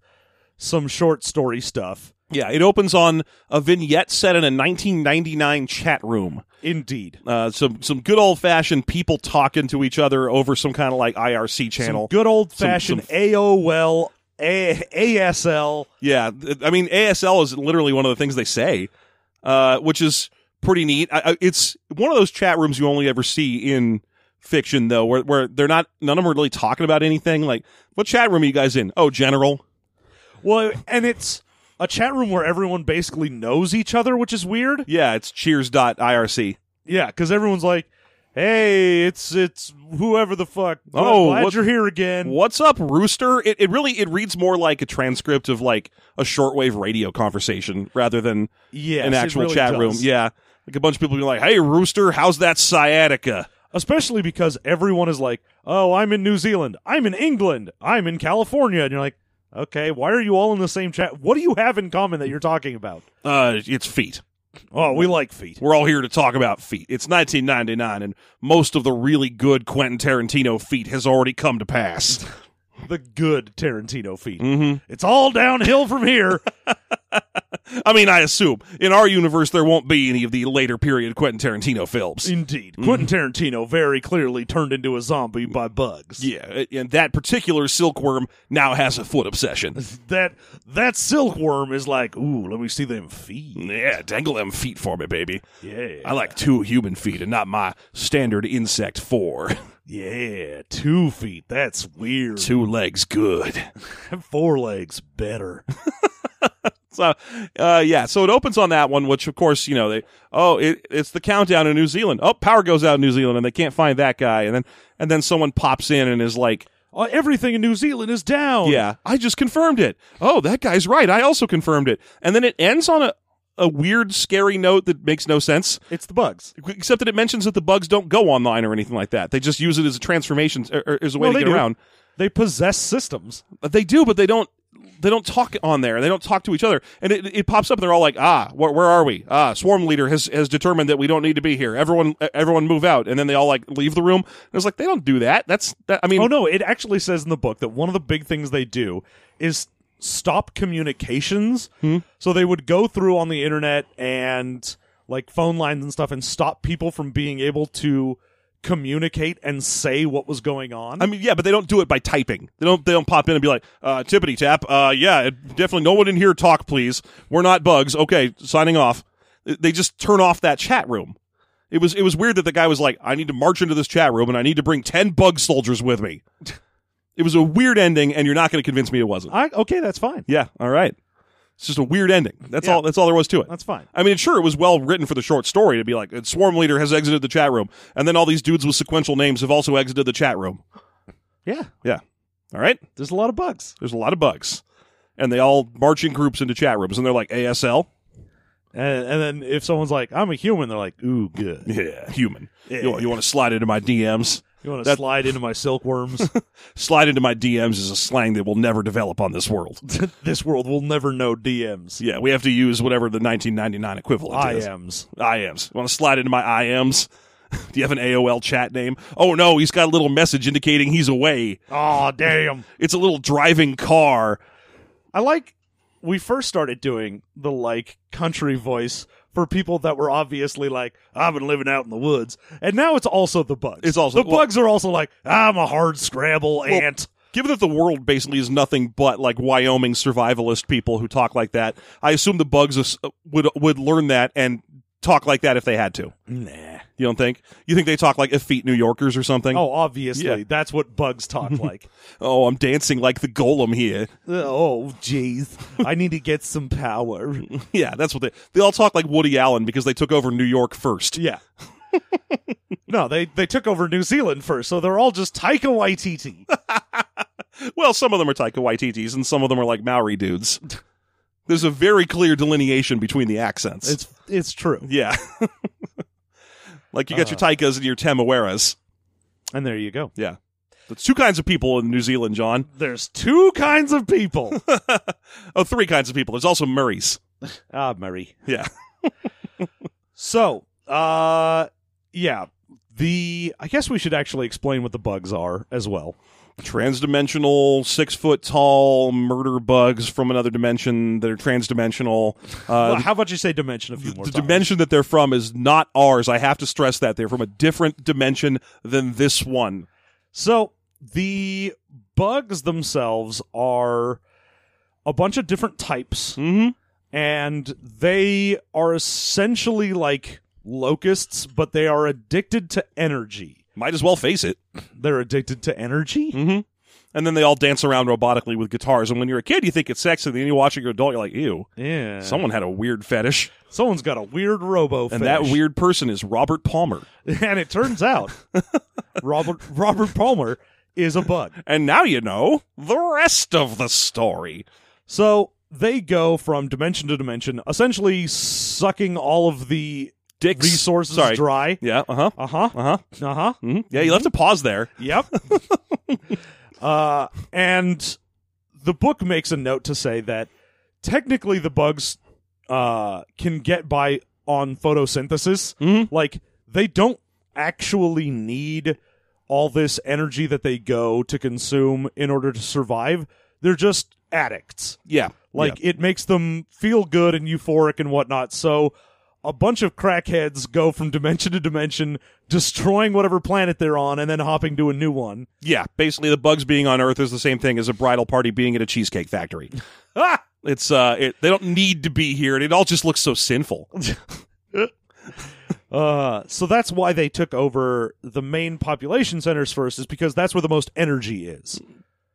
some short story stuff. Yeah, it opens on a vignette set in a 1999 chat room. Indeed. Uh, some some good old fashioned people talking to each other over some kind of like IRC channel. Some good old fashioned some- AOL, A- ASL. Yeah, th- I mean ASL is literally one of the things they say, uh, which is pretty neat. I, I, it's one of those chat rooms you only ever see in fiction, though, where where they're not none of them are really talking about anything. Like, what chat room are you guys in? Oh, general. Well, and it's a chat room where everyone basically knows each other, which is weird. Yeah, it's Cheers.irc. Yeah, because everyone's like, "Hey, it's it's whoever the fuck." Glad- Oh, glad what- you're here again. What's up, Rooster? It it really it reads more like a transcript of like a shortwave radio conversation rather than Yes, an it actual really chat room. does. Yeah, like a bunch of people be like, "Hey, Rooster, how's that sciatica?" especially because everyone is like, "Oh, I'm in New Zealand. I'm in England. I'm in California." And you're like, "Okay, why are you all in the same chat? What do you have in common that you're talking about?" Uh, it's feet. Oh, we like feet. We're all here to talk about feet. It's 1999, and most of the really good Quentin Tarantino feet has already come to pass. The good Tarantino feet. Mm-hmm. It's all downhill from here. I mean, I assume in our universe there won't be any of the later period Quentin Tarantino films. Indeed. Quentin Tarantino very clearly turned into a zombie by bugs. Yeah, and that particular silkworm now has a foot obsession. That that silkworm is like, ooh, let me see them feet. Yeah, dangle them feet for me, baby. Yeah. Mm-hmm. I like two human feet and not my standard insect four. yeah, two feet. That's weird. two legs good. Four legs better. So, uh, yeah. So it opens on that one, which of course, you know, they, oh, it, it's the countdown in New Zealand. Oh, power goes out in New Zealand and they can't find that guy. And then, and then someone pops in and is like, Uh, everything in New Zealand is down. yeah, I just confirmed it. Oh, that guy's right. I also confirmed it. And then it ends on a, a weird, scary note that makes no sense, It's the bugs. except that it mentions that the bugs don't go online or anything like that. They just use it as a transformation, or, or as a way Well, to they get do. around. They possess systems. They do, but they don't. They don't talk on there. They don't talk to each other. And it, it pops up. And they're all like, "Ah, where, where are we? Ah, swarm leader has has determined that we don't need to be here. Everyone, e-, everyone, move out." And then they all like leave the room. And it's like they don't do that. That's that. I mean, Oh no, it actually says in the book that one of the big things they do is stop communications. Hmm? So they would go through on the internet and like phone lines and stuff and stop people from being able to communicate and say what was going on. I mean, yeah, but they don't do it by typing. They don't. They don't pop in and be like, uh, "Tippity tap." Uh, yeah, it, definitely. No one in here talk, please. We're not bugs. Okay, signing off. Th- They just turn off that chat room. It was. It was weird that the guy was like, "I need to march into this chat room and I need to bring ten bug soldiers with me." it was a weird ending, and you're not going to convince me it wasn't. I, okay, that's fine. yeah. All right. It's just a weird ending. That's Yeah. all. That's all there was to it. That's fine. I mean, sure, it was well written for the short story to be like, "Swarm leader has exited the chat room," and then all these dudes with sequential names have also exited the chat room. Yeah, Yeah. All right. there's a lot of bugs. There's a lot of bugs. And they all march in groups into chat rooms and they're like ASL. And, and then if someone's like, "I'm a human," they're like, "Ooh, good." Yeah. Human. Yeah. You, want to slide into my DMs? You want to That- slide into my silkworms? Slide into my DMs is a slang that will never develop on this world. this world will never know DMs. Yeah, we have to use whatever the 1999 equivalent is. IMs. IMs. Want to slide into my IMs? Do you have an AOL chat name? Oh no, he's got a little message indicating he's away. Oh, damn. It's a little driving car. I like we first started doing the like country voice for people that were obviously like I've been living out in the woods, and now it's also the bugs. It's also- the well- bugs are also like I'm a hard scrabble ant. Given that the world basically is nothing but like Wyoming survivalist people who talk like that, I assume the bugs is- uh, would would learn that and talk like that if they had to. Nah. You don't think? You think they talk like effete New Yorkers or something? Oh, obviously Yeah. that's what bugs talk like. Oh, I'm dancing like the golem here. oh, jeez, I need to get some power. yeah, that's what they they all talk like Woody Allen because they took over New York first. Yeah. no, they they took over New Zealand first, so they're all just Taika Waititi. Well, some of them are Taika Waititi's and some of them are like Maori dudes. There's a very clear delineation between the accents. it's it's true. yeah. like you got your Uh. Taikas and your Tamaweras. And there you go. Yeah. There's two kinds of people in New Zealand, John. There's two kinds of people. Oh, three kinds of people. There's also Murrays. ah, Murray. Yeah. So, uh, yeah, the I guess we should actually explain what the bugs are as well. Transdimensional, six foot tall murder bugs from another dimension that are transdimensional. well, Uh, how about you say dimension a few more the times? dimension that they're from is not ours. I have to stress that. They're from a different dimension than this one. so the bugs themselves are a bunch of different types, Mm-hmm. and they are essentially like locusts, but they are addicted to energy. Might as well face it. They're addicted to energy. Mm-hmm. And then they all dance around robotically with guitars. And when you're a kid, you think it's sexy. And then you watch it, you're an adult, you're like, ew, Yeah, someone had a weird fetish. someone's got a weird robo, And that weird person is Robert Palmer. and it turns out Robert Robert Palmer is a bug. And now you know the rest of the story. So they go from dimension to dimension, essentially sucking all of the Dicks. resources Sorry. dry. Yeah. Uh huh. Uh huh. Uh huh. Uh huh. hmm Yeah. You left a pause there. Yep. uh, and the book makes a note to say that technically the bugs uh, can get by on photosynthesis. Mhm. Like they don't actually need all this energy that they go to consume in order to survive. They're just addicts. Yeah. Like it makes them feel good and euphoric and whatnot. So a bunch of crackheads go from dimension to dimension, destroying whatever planet they're on, and then hopping to a new one. Yeah, basically the bugs being on Earth is the same thing as a bridal party being at a cheesecake factory. ah, it's uh, it, they don't need to be here, and it all just looks so sinful. Uh, so that's why they took over the main population centers first, is because that's where the most energy is.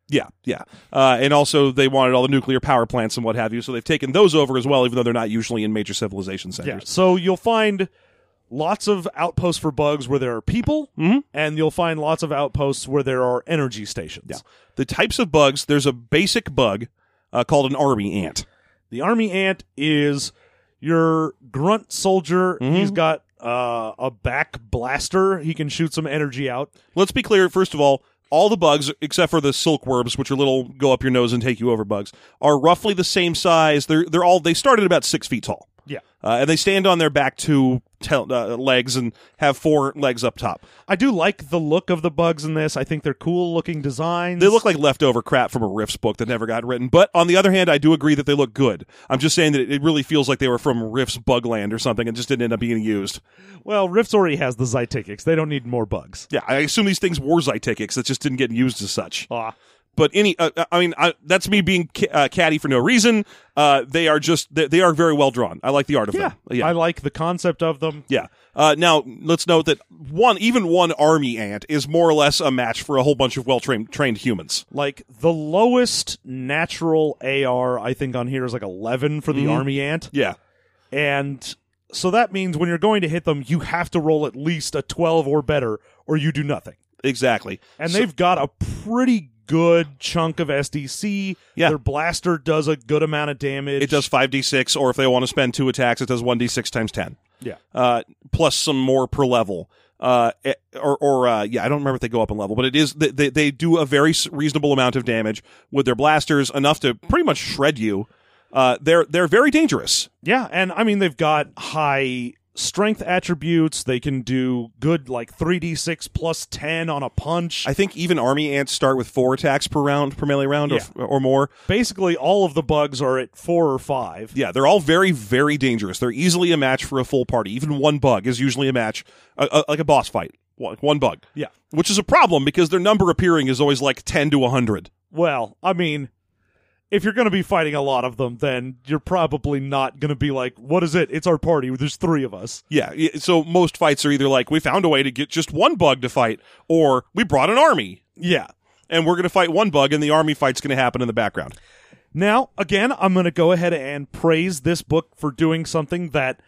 Yeah, yeah, uh, and also they wanted all the nuclear power plants and what have you, so they've taken those over as well, even though they're not usually in major civilization centers. So you'll find lots of outposts for bugs where there are people, and you'll find lots of outposts where there are energy stations. The types of bugs, there's a basic bug uh, called an army ant. The army ant is your grunt soldier. Mm-hmm. He's got uh, a back blaster. He can shoot some energy out. Let's be clear, first of all, all the bugs, except for the silkworms, which are little go up your nose and take you over bugs, are roughly the same size. They're they're all they started about six feet tall. Yeah. uh, and they stand on their back two tel- uh, legs and have four legs up top. I do like the look of the bugs in this. I think they're cool looking designs. They look like leftover crap from a Riffs book that never got written. But on the other hand, I do agree that they look good. I'm just saying that it- it really feels like they were from Riffs Bugland or something and just didn't end up being used. well, Rifts already has the Zytikics. They don't need more bugs. Yeah, I assume these things were Zytikics that just didn't get used as such. Ah. But any, uh, I mean, I, that's me being ca- uh, catty for no reason. Uh, they are just they, they are very well drawn. I like the art of Yeah. them. Yeah, I like the concept of them. Yeah. Uh, now let's note that one, even one army ant, is more or less a match for a whole bunch of well trained trained humans. Like the lowest natural AR I think on here is like 11 for the Mm-hmm. army ant. Yeah. And so that means when you're going to hit them, you have to roll at least a 12 or better, or you do nothing. Exactly. And So- they've got a pretty good chunk of SDC. Yeah. Their blaster does a good amount of damage. it does five d six, or if they want to spend two attacks, it does one d six times ten. Yeah. Uh, plus some more per level. Uh, eh, or or uh, yeah, I don't remember if they go up in level, but it is they they, they do a very s- reasonable amount of damage with their blasters, enough to pretty much shred you. Uh, they're they're very dangerous. Yeah, and I mean they've got high strength attributes. They can do good like 3d6 plus 10 on a punch. I think even army ants start with four attacks per round, per melee round, Yeah. or, or more. Basically all of the bugs are at 4 or 5. Yeah, they're all very, very dangerous. They're easily a match for a full party. Even one bug is usually a match, uh, uh, like a boss fight. One, one bug. Yeah. Which is a problem because their number appearing is always like 10 to 100. Well, I mean if you're going to be fighting a lot of them, then you're probably not going to be like, what is it? It's our party. There's 3 of us. Yeah. y- So most fights are either like, we found a way to get just one bug to fight, or we brought an army Yeah. and we're going to fight one bug and the army fight's going to happen in the background. Now, again, I'm going to go ahead and praise this book for doing something that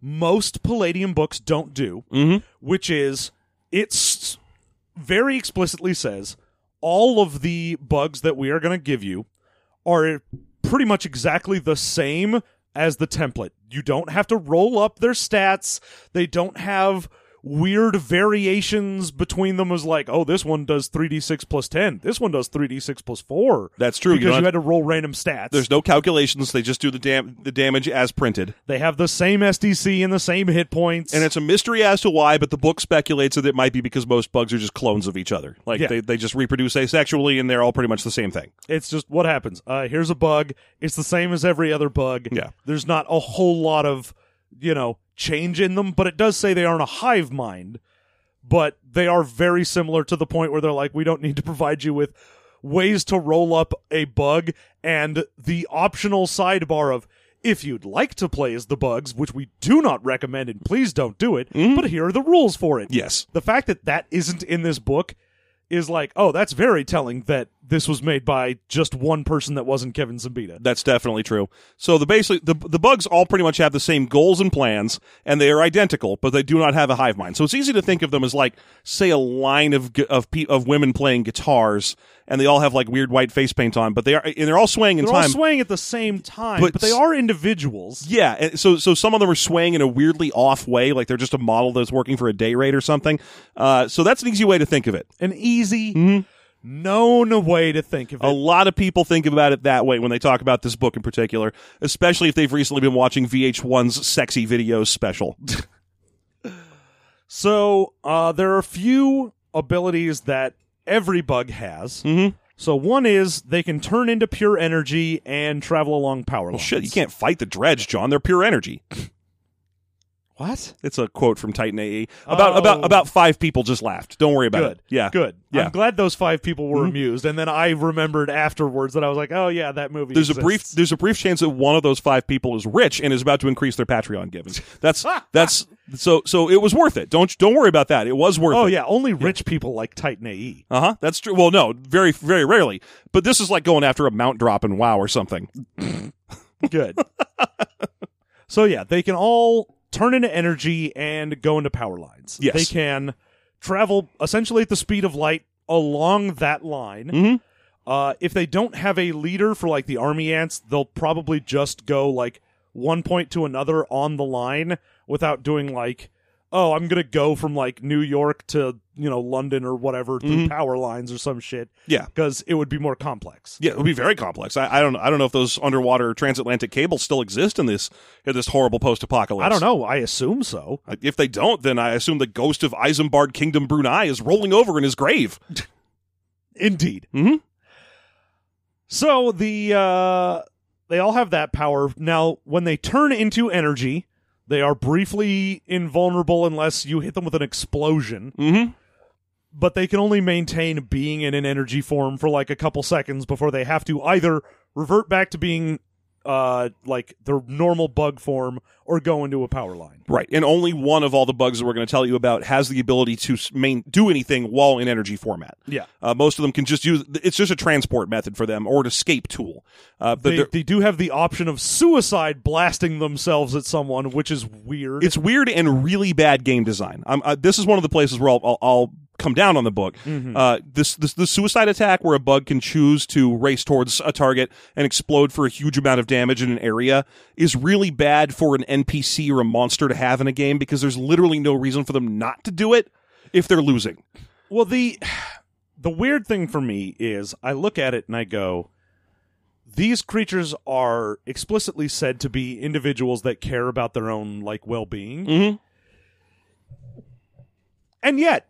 most Palladium books don't do, Mm-hmm. which is it's very explicitly says all of the bugs that we are going to give you are pretty much exactly the same as the template. You don't have to roll up their stats. They don't have weird variations between them as like, oh, this one does 3d6 plus 10. This one does 3d6 plus 4 That's true. You because don't you, have- had to roll random stats. There's no calculations. They just do the, dam- the damage as printed. they have the same SDC and the same hit points. And it's a mystery as to why, but the book speculates that it might be because most bugs are just clones of each other. Like Yeah. they, they just reproduce asexually and they're all pretty much the same thing. it's just what happens. Uh, here's a bug. It's the same as every other bug. Yeah. There's not a whole lot of, you know, change in them, but it does say they aren't a hive mind, but they are very similar to the point where they're like, we don't need to provide you with ways to roll up a bug and the optional sidebar of if you'd like to play as the bugs, which we do not recommend and please don't do it, Mm-hmm. but here are the rules for it. Yes. the fact that that isn't in this book is like, oh, that's very telling that this was made by just one person that wasn't Kevin Zambita. That's definitely true. So the basically the the bugs all pretty much have the same goals and plans, and they are identical, but they do not have a hive mind. So it's easy to think of them as like, say, a line of gu- of pe- of women playing guitars, and they all have like weird white face paint on, but they are and they're all swaying in They're all time. swaying at the same time, But but, they s- are individuals. Yeah, and so so some of them are swaying in a weirdly off way, like they're just a model that's working for a day rate or something. Uh, so that's an easy way to think of it. An easy, Mm-hmm. known way to think of it. A lot of people think about it that way when they talk about this book in particular, especially if they've recently been watching VH1's sexy videos special. So uh, there are a few abilities that every bug has. Mhm. So one is they can turn into pure energy and travel along power lines. Oh, Shit, you can't fight the dredge, John. They're pure energy. What? It's a quote from Titan AE. About about Oh. about five people just laughed. Don't worry about Good. it. Yeah. Good. Yeah. Mm-hmm. I'm glad those five people were amused, and then I remembered afterwards that I was like, "Oh yeah, that movie." There's a exists. brief there's a brief chance that one of those five people is rich and is about to increase their Patreon givings. That's that's so so it was worth it. Don't don't worry about that. It was worth Oh it. yeah, only rich people like Titan E. AE. Uh huh. That's true. Well, no, very very rarely. But this is like going after a mount drop in WoW or something. Good. so yeah, they can all turn into energy and go into power lines. Yes. They can travel essentially at the speed of light along that line. Mhm. Uh, if they don't have a leader for like the army ants, they'll probably just go like one point to another on the line without doing like, oh, I'm gonna go from like New York to you know London or whatever through power lines or some shit Mm-hmm. Yeah. because it would be more complex. Yeah, it would be very complex. I, I don't I don't know if those underwater transatlantic cables still exist in this in this horrible post apocalypse. I don't know. I assume so. If they don't, then I assume the ghost of Isambard Kingdom Brunei is rolling over in his grave. Indeed. Mhm. So the uh, they all have that power. Now, when they turn into energy, they are briefly invulnerable unless you hit them with an explosion. Mm-hmm. But they can only maintain being in an energy form for like a couple seconds before they have to either revert back to being uh, like their normal bug form or go into a power line. Right, and only one of all the bugs that we're going to tell you about has the ability to s- main, do anything while in energy format. Yeah, Uh, most of them can just use it's just a transport method for them or an escape tool. Uh, but they, they're- they do have the option of suicide blasting themselves at someone, which is weird. it's weird and really bad game design. I'm, uh, this is one of the places where I'll, I'll, I'll come down on the book. Uh, this, this the suicide attack where a bug can choose to race towards a target and explode for a huge amount of damage in an area is really bad for an NPC or a monster to have in a game because there's literally no reason for them not to do it if they're losing. Well, the the weird thing for me is I look at it and I go, these creatures are explicitly said to be individuals that care about their own like well-being, Mm-hmm. and yet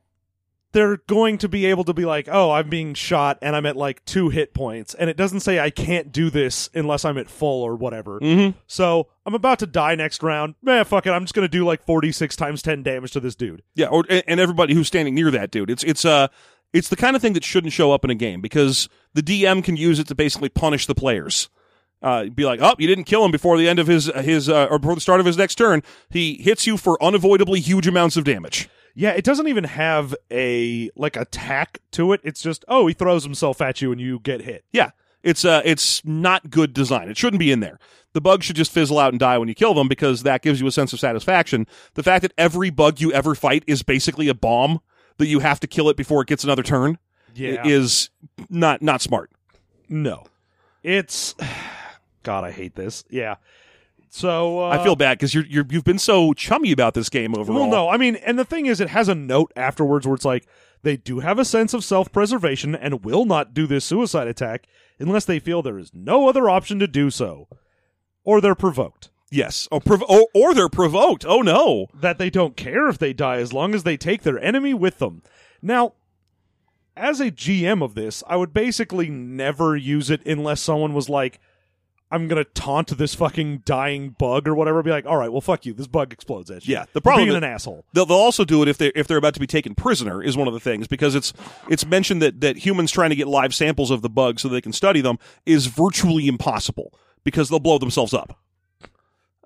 they're going to be able to be like, "Oh, I'm being shot and I'm at like 2 hit points." And it doesn't say I can't do this unless I'm at full or whatever. Mm-hmm. So, I'm about to die next round. Man, fuck it. I'm just going to do like 46 times 10 damage to this dude. Yeah, or and- and everybody who's standing near that dude. It's it's uh it's the kind of thing that shouldn't show up in a game because the DM can use it to basically punish the players. Uh, be like, oh, you didn't kill him before the end of his his uh, or before the start of his next turn. He hits you for unavoidably huge amounts of damage. Yeah, it doesn't even have a like attack to it. It's just oh, he throws himself at you and you get hit. Yeah, it's uh, it's not good design. It shouldn't be in there. The bug should just fizzle out and die when you kill them because that gives you a sense of satisfaction. The fact that every bug you ever fight is basically a bomb that you have to kill it before it gets another turn is not not smart. no, it's God, I hate this. Yeah, so uh, I feel bad because you're, you're you've been so chummy about this game overall. well. No, I mean, and the thing is, it has a note afterwards where it's like they do have a sense of self-preservation and will not do this suicide attack unless they feel there is no other option to do so, or they're provoked. Yes. Oh, prov- or, or they're provoked. Oh no. that they don't care if they die as long as they take their enemy with them. Now, as a GM of this, I would basically never use it unless someone was like, I'm going to taunt this fucking dying bug or whatever. Be like, all right, well, fuck you. This bug explodes at you. Yeah, the problem You're being is- an asshole. They'll, they'll also do it if they if they're about to be taken prisoner is one of the things because it's it's mentioned that that humans trying to get live samples of the bug so they can study them is virtually impossible because they'll blow themselves up.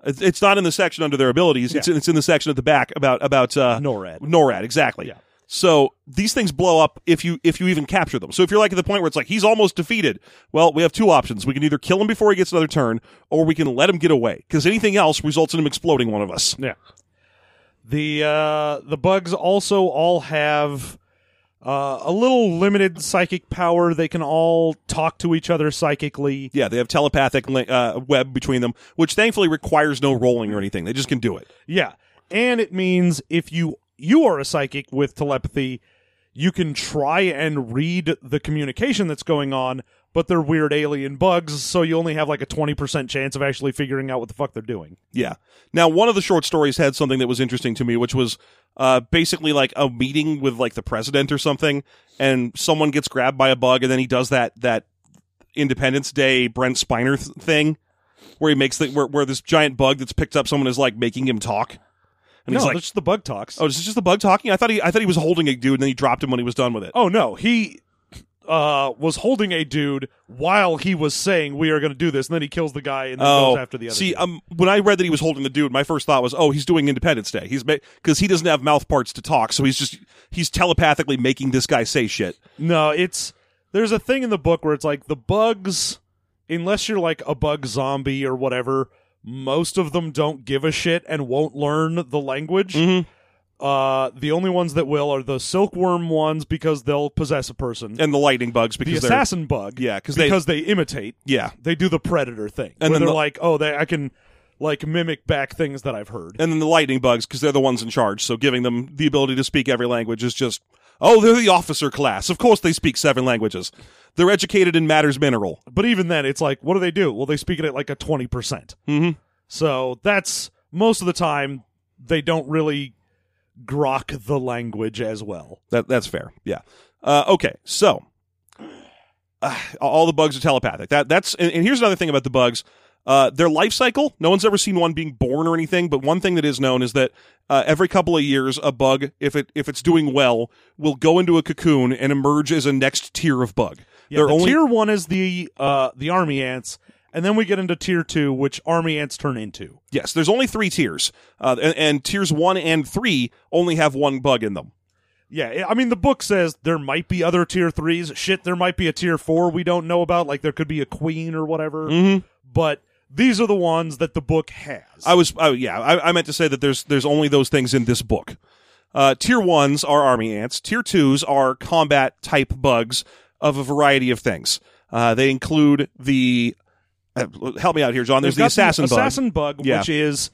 It's, it's not in the section under their abilities. It's, in, it's in the section at the back about about uh, NORAD. NORAD exactly. Yeah. So these things blow up if you if you even capture them. So if you're like at the point where it's like he's almost defeated, well, we have two options. We can either kill him before he gets another turn, or we can let him get away. Because anything else results in him exploding one of us. Yeah. The uh, the bugs also all have uh, a little limited psychic power. They can all talk to each other psychically. Yeah, they have telepathic li- uh, web between them, which thankfully requires no rolling or anything. They just can do it. Yeah, and it means if you you are a psychic with telepathy, you can try and read the communication that's going on. But they're weird alien bugs, so you only have like a twenty percent chance of actually figuring out what the fuck they're doing. Yeah. Now, one of the short stories had something that was interesting to me, which was uh, basically like a meeting with like the president or something, and someone gets grabbed by a bug, and then he does that that Independence Day Brent Spiner th- thing, where he makes the where, where this giant bug that's picked up someone is like making him talk, and no, he's like, that's the bug talks. "Oh, is this just the bug talking?" I thought he I thought he was holding a dude, and then he dropped him when he was done with it. Oh no, he uh was holding a dude while he was saying we are going to do this, and then he kills the guy and then goes after the other. see, dude. um, when I read that he was holding the dude, my first thought was, "Oh, he's doing Independence Day. He's because he doesn't have mouth parts to talk, so he's just he's telepathically making this guy say shit." no, it's there's a thing in the book where it's like the bugs, unless you're like a bug zombie or whatever. Most of them don't give a shit and won't learn the language. Mhm. Uh, the only ones that will are the silkworm ones because they'll possess a person. and the lightning bugs the because they're assassin bug, yeah because they because they imitate. yeah They do the predator thing, And where then they're the- like, oh, they, I can like mimic back things that I've heard. and then the lightning bugs because they're the ones in charge so giving them the ability to speak every language is just oh they're the officer class of course they speak seven languages they're educated in matters mineral but even then it's like what do they do well they speak it at like a 20% Mhm. so that's most of the time they don't really grok the language as well that that's fair yeah uh, okay so uh, all the bugs are telepathic that that's and, and here's another thing about the bugs uh, their life cycle no one's ever seen one being born or anything but one thing that is known is that uh, every couple of years a bug if it if it's doing well will go into a cocoon and emerge as a next tier of bug yeah, They're the only- tier one is the uh the army ants and then we get into tier two which army ants turn into Yes, there's only three tiers, uh, and, and tiers one and three only have one bug in them. yeah i mean the book says there might be other tier threes shit there might be a tier four we don't know about like there could be a queen or whatever Mm-hmm. but these are the ones that the book has I was, oh yeah, I, I meant to say that there's there's only those things in this book. Uh, tier ones are army ants. Tier twos are combat type bugs of a variety of things. Uh, they include the uh, help me out here, John. There's the They've got assassin bug. assassin bug, Yeah. which is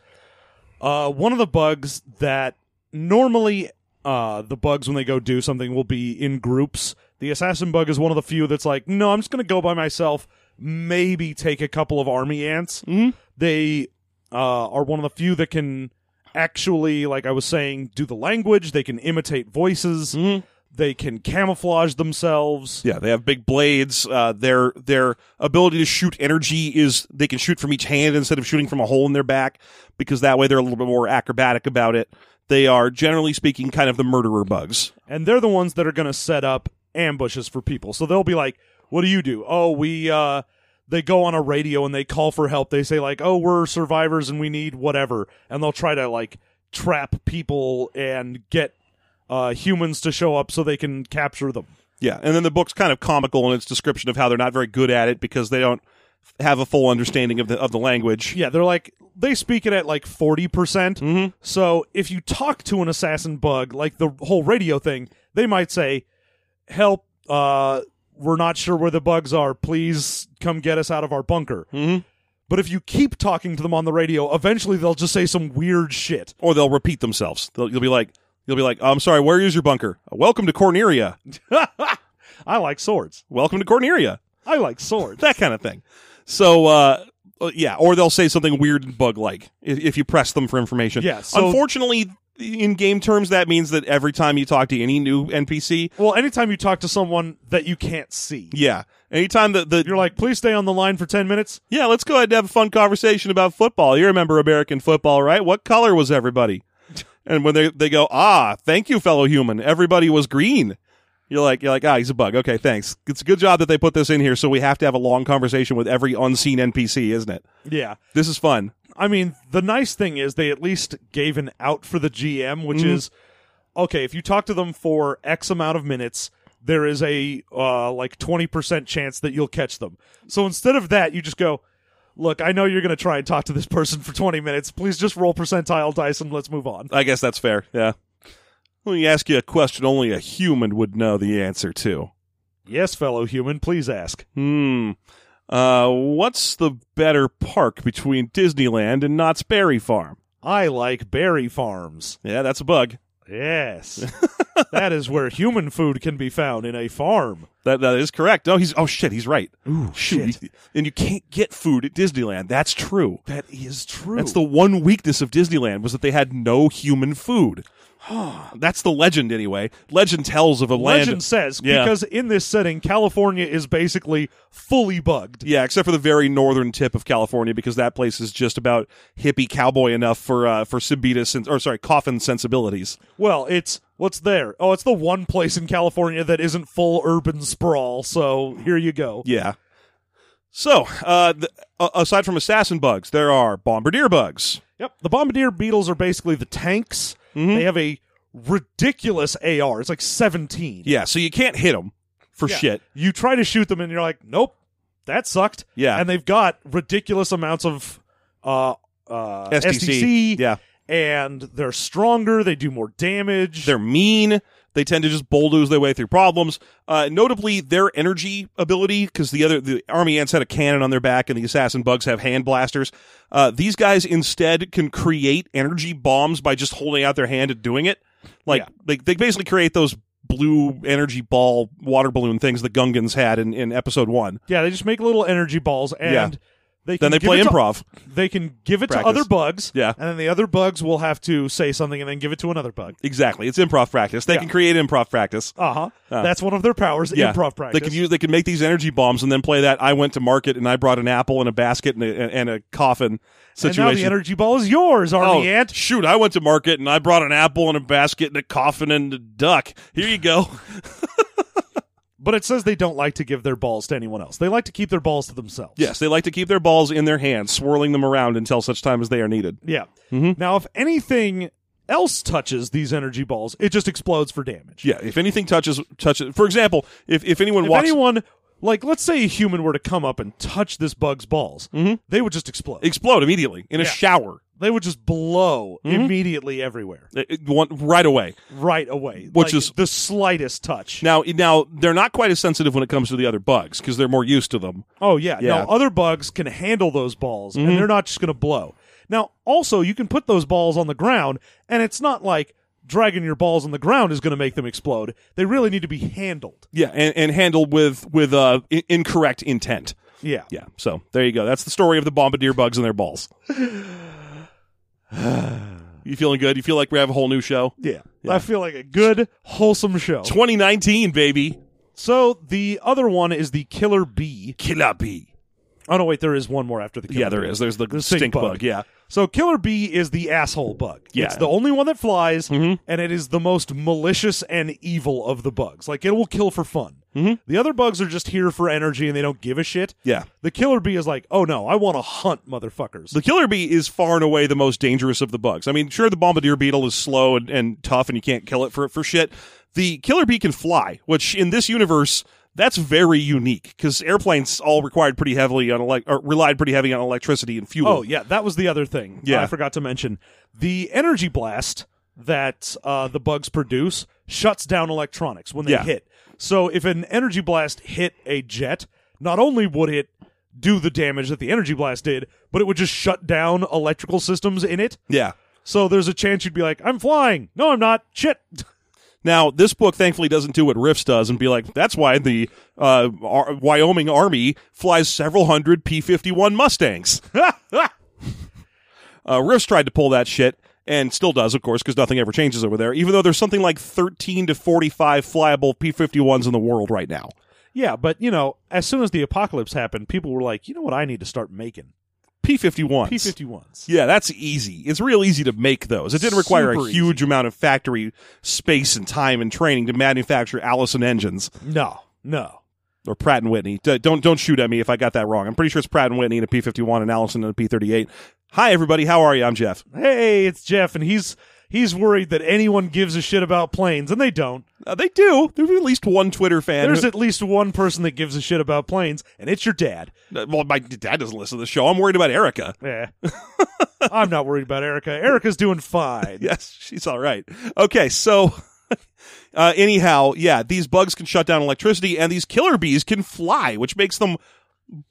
uh, one of the bugs that normally uh, the bugs when they go do something will be in groups. The assassin bug is one of the few that's like, no, I'm just going to go by myself. Maybe take a couple of army ants. Mhm. They uh, are one of the few that can actually, like I was saying, do the language. They can imitate voices. Mhm. They can camouflage themselves. Yeah, they have big blades. Uh, their their ability to shoot energy is they can shoot from each hand instead of shooting from a hole in their back because that way they're a little bit more acrobatic about it. They are generally speaking kind of the murderer bugs. and they're the ones that are going to set up ambushes for people. So they'll be like, "What do you do?" "Oh, we uh they go on a radio and they call for help. They say like, "Oh, we're survivors and we need whatever." And they'll try to like trap people and get uh humans to show up so they can capture them. Yeah, and then the book's kind of comical in its description of how they're not very good at it because they don't have a full understanding of the of the language. Yeah, they're like they speak it at like 40%. So if you talk to an assassin bug, like the whole radio thing, they might say, "Help, uh we're not sure where the bugs are. Please come get us out of our bunker." Mhm. But if you keep talking to them on the radio, eventually they'll just say some weird shit. Or they'll repeat themselves. They'll, you'll be like, you'll be like, "I'm sorry, where is your bunker? Welcome to Corneria. I like swords. Welcome to Corneria." I like swords. that kind of thing. So, uh, uh, yeah, or they'll say something weird and bug like if, if you press them for information. Yeah, so- Unfortunately, in game terms, that means that every time you talk to any new NPC, Well, anytime you talk to someone that you can't see, yeah, anytime the, the you're like, "Please stay on the line for 10 minutes." yeah, let's go ahead and have a fun conversation about football. You remember American football, right? What color was everybody? And when they they go, ah, thank you, fellow human. Everybody was green. You're like you're like ah, he's a bug. Okay, thanks. It's a good job that they put this in here, so we have to have a long conversation with every unseen NPC, isn't it? Yeah. This is fun. Mm-hmm. I mean, the nice thing is they at least gave an out for the GM, which is okay, if you talk to them for X amount of minutes, there is a uh, like 20% chance that you'll catch them. So instead of that, you just go, look, I know you're going to try and talk to this person for 20 minutes. Please just roll percentile dice and let's move on. I guess that's fair. Yeah. Let me ask you a question only a human would know the answer to. Yes, fellow human, please ask. Hmm. Uh, what's the better park between Disneyland and Knott's Berry Farm? I like berry farms. Yeah, that's a bug. Yes. that is where human food can be found in a farm. That that is correct. Oh, he's oh shit, he's right. Ooh, Shoot, you- and you can't get food at Disneyland. That's true. That is true. That's the one weakness of Disneyland was that they had no human food. That's the legend anyway. Legend tells of a legend land. says Yeah. because in this setting, California is basically fully bugged. Yeah, except for the very northern tip of California, because that place is just about hippie cowboy enough for uh, for Cibita sen- or sorry, coffin sensibilities. Well, it's what's there. Oh, it's the one place in California that isn't full urban sprawl. So here you go. Yeah. So, uh, th- a- aside from assassin bugs, there are bombardier bugs. Mm-hmm. Yep. The bombardier beetles are basically the tanks. Hmm. They have a ridiculous AR. It's like 17. Yeah, so you can't hit them for Yeah. shit. You try to shoot them and you're like, nope, that sucked. Yeah. And they've got ridiculous amounts of uh, uh, STC. STC. Yeah. And they're stronger. They do more damage. They're mean. They tend to just bulldoze their way through problems. Uh, notably, their energy ability, because the other the army ants had a cannon on their back, and the assassin bugs have hand blasters. Uh, these guys instead can create energy bombs by just holding out their hand and doing it. Like Yeah. they they basically create those blue energy ball water balloon things the Gungans had in, in episode one. yeah, they just make little energy balls and. Yeah. They Then can they give play it to improv. they can give it Practice. to other bugs Yeah. and then the other bugs will have to say something and then give it to another bug Exactly, it's improv practice. They Yeah. can create improv practice. uh-huh that's one of their powers Uh. Yeah. improv practice They could use they could make these energy bombs and then play that I went to market and I brought an apple and a basket and a, and a coffin and situation. now the energy ball is yours oh, army ant shoot, I went to market and I brought an apple and a basket and a coffin and a duck. Here you go. but it says they don't like to give their balls to anyone else they like to keep their balls to themselves yes, they like to keep their balls in their hands, swirling them around until such time as they are needed. yeah Mm-hmm. now if anything else touches these energy balls it just explodes for damage Yeah, if anything touches touches for example, if if anyone if walks anyone like let's say a human were to come up and touch this bug's balls Mm-hmm. they would just explode explode immediately in a Yeah. shower. they would just blow Mm-hmm. immediately everywhere It- it- one- right away. right away Which like, is- the slightest touch Now, now they're not quite as sensitive when it comes to the other bugs because they're more used to them. Oh yeah. Yeah. Mm-hmm. Now other bugs can handle those balls and they're not just going to blow. Now also you can put those balls on the ground and it's not like dragging your balls on the ground is going to make them explode. They really need to be handled. Yeah, and, and handled with with uh, i- incorrect intent. Yeah. Yeah, so there you go. That's the story of the bombardier bugs and their balls. you feeling good? You feel like we have a whole new show? Yeah. I feel like a good wholesome show. 2019, baby. So the other one is the killer bee. Killer bee. Oh no, wait, there is one more after the killer Yeah, there bee. is. There's the, The stink, stink bug. bug. Yeah, So killer bee is the asshole bug. Yeah. Mm-hmm. It's the only one that flies, and it is the most malicious and evil of the bugs. Like it will kill for fun. The other bugs are just here for energy and they don't give a shit. Mm-hmm. yeah. The killer bee is like, oh no, I want to hunt motherfuckers. The killer bee is far and away the most dangerous of the bugs. I mean, sure, the bombardier beetle is slow and, and tough, and you can't kill it for for shit. The killer bee can fly, which in this universe that's very unique because airplanes all required pretty heavily on elec or relied pretty heavy on electricity and fuel. oh yeah, that was the other thing. Yeah. I forgot to mention the energy blast that uh, the bugs produce shuts down electronics when they Yeah. hit. So if an energy blast hit a jet, not only would it do the damage that the energy blast did, but it would just shut down electrical systems in it. yeah. So there's a chance you'd be like, "I'm flying." No, I'm not. Shit. Now, this book thankfully doesn't do what Riffs does and be like, that's why the uh, Ar- Wyoming Army flies several hundred P 51 Mustangs. Uh, Riffs tried to pull that shit and still does, of course, because nothing ever changes over there, even though there's something like 13 to 45 flyable P 51s in the world right now. yeah, but you know, as soon as the apocalypse happened, people were like, "You know what? I need to start making P 51s. P-51s." Yeah, that's easy. It's real easy to make those. It didn't require Super a huge amount of factory space and time and training to manufacture Allison engines. No, no. or Pratt and Whitney. D- don't don't shoot at me if I got that wrong. I'm pretty sure it's Pratt and Whitney and a P51 and Allison and a P38. Hi everybody, how are you? I'm Jeff. Hey, it's Jeff, and he's He's worried that anyone gives a shit about planes, and they don't. Uh, they do. There's at least one Twitter fan. There's who- at least one person that gives a shit about planes, and it's your dad. Uh, well, my dad doesn't listen to the show. I'm worried about Erica. Yeah. I'm not worried about Erica. Erica's doing fine. Yes, she's all right. Okay, so uh, anyhow, yeah, these bugs can shut down electricity, and these killer bees can fly, which makes them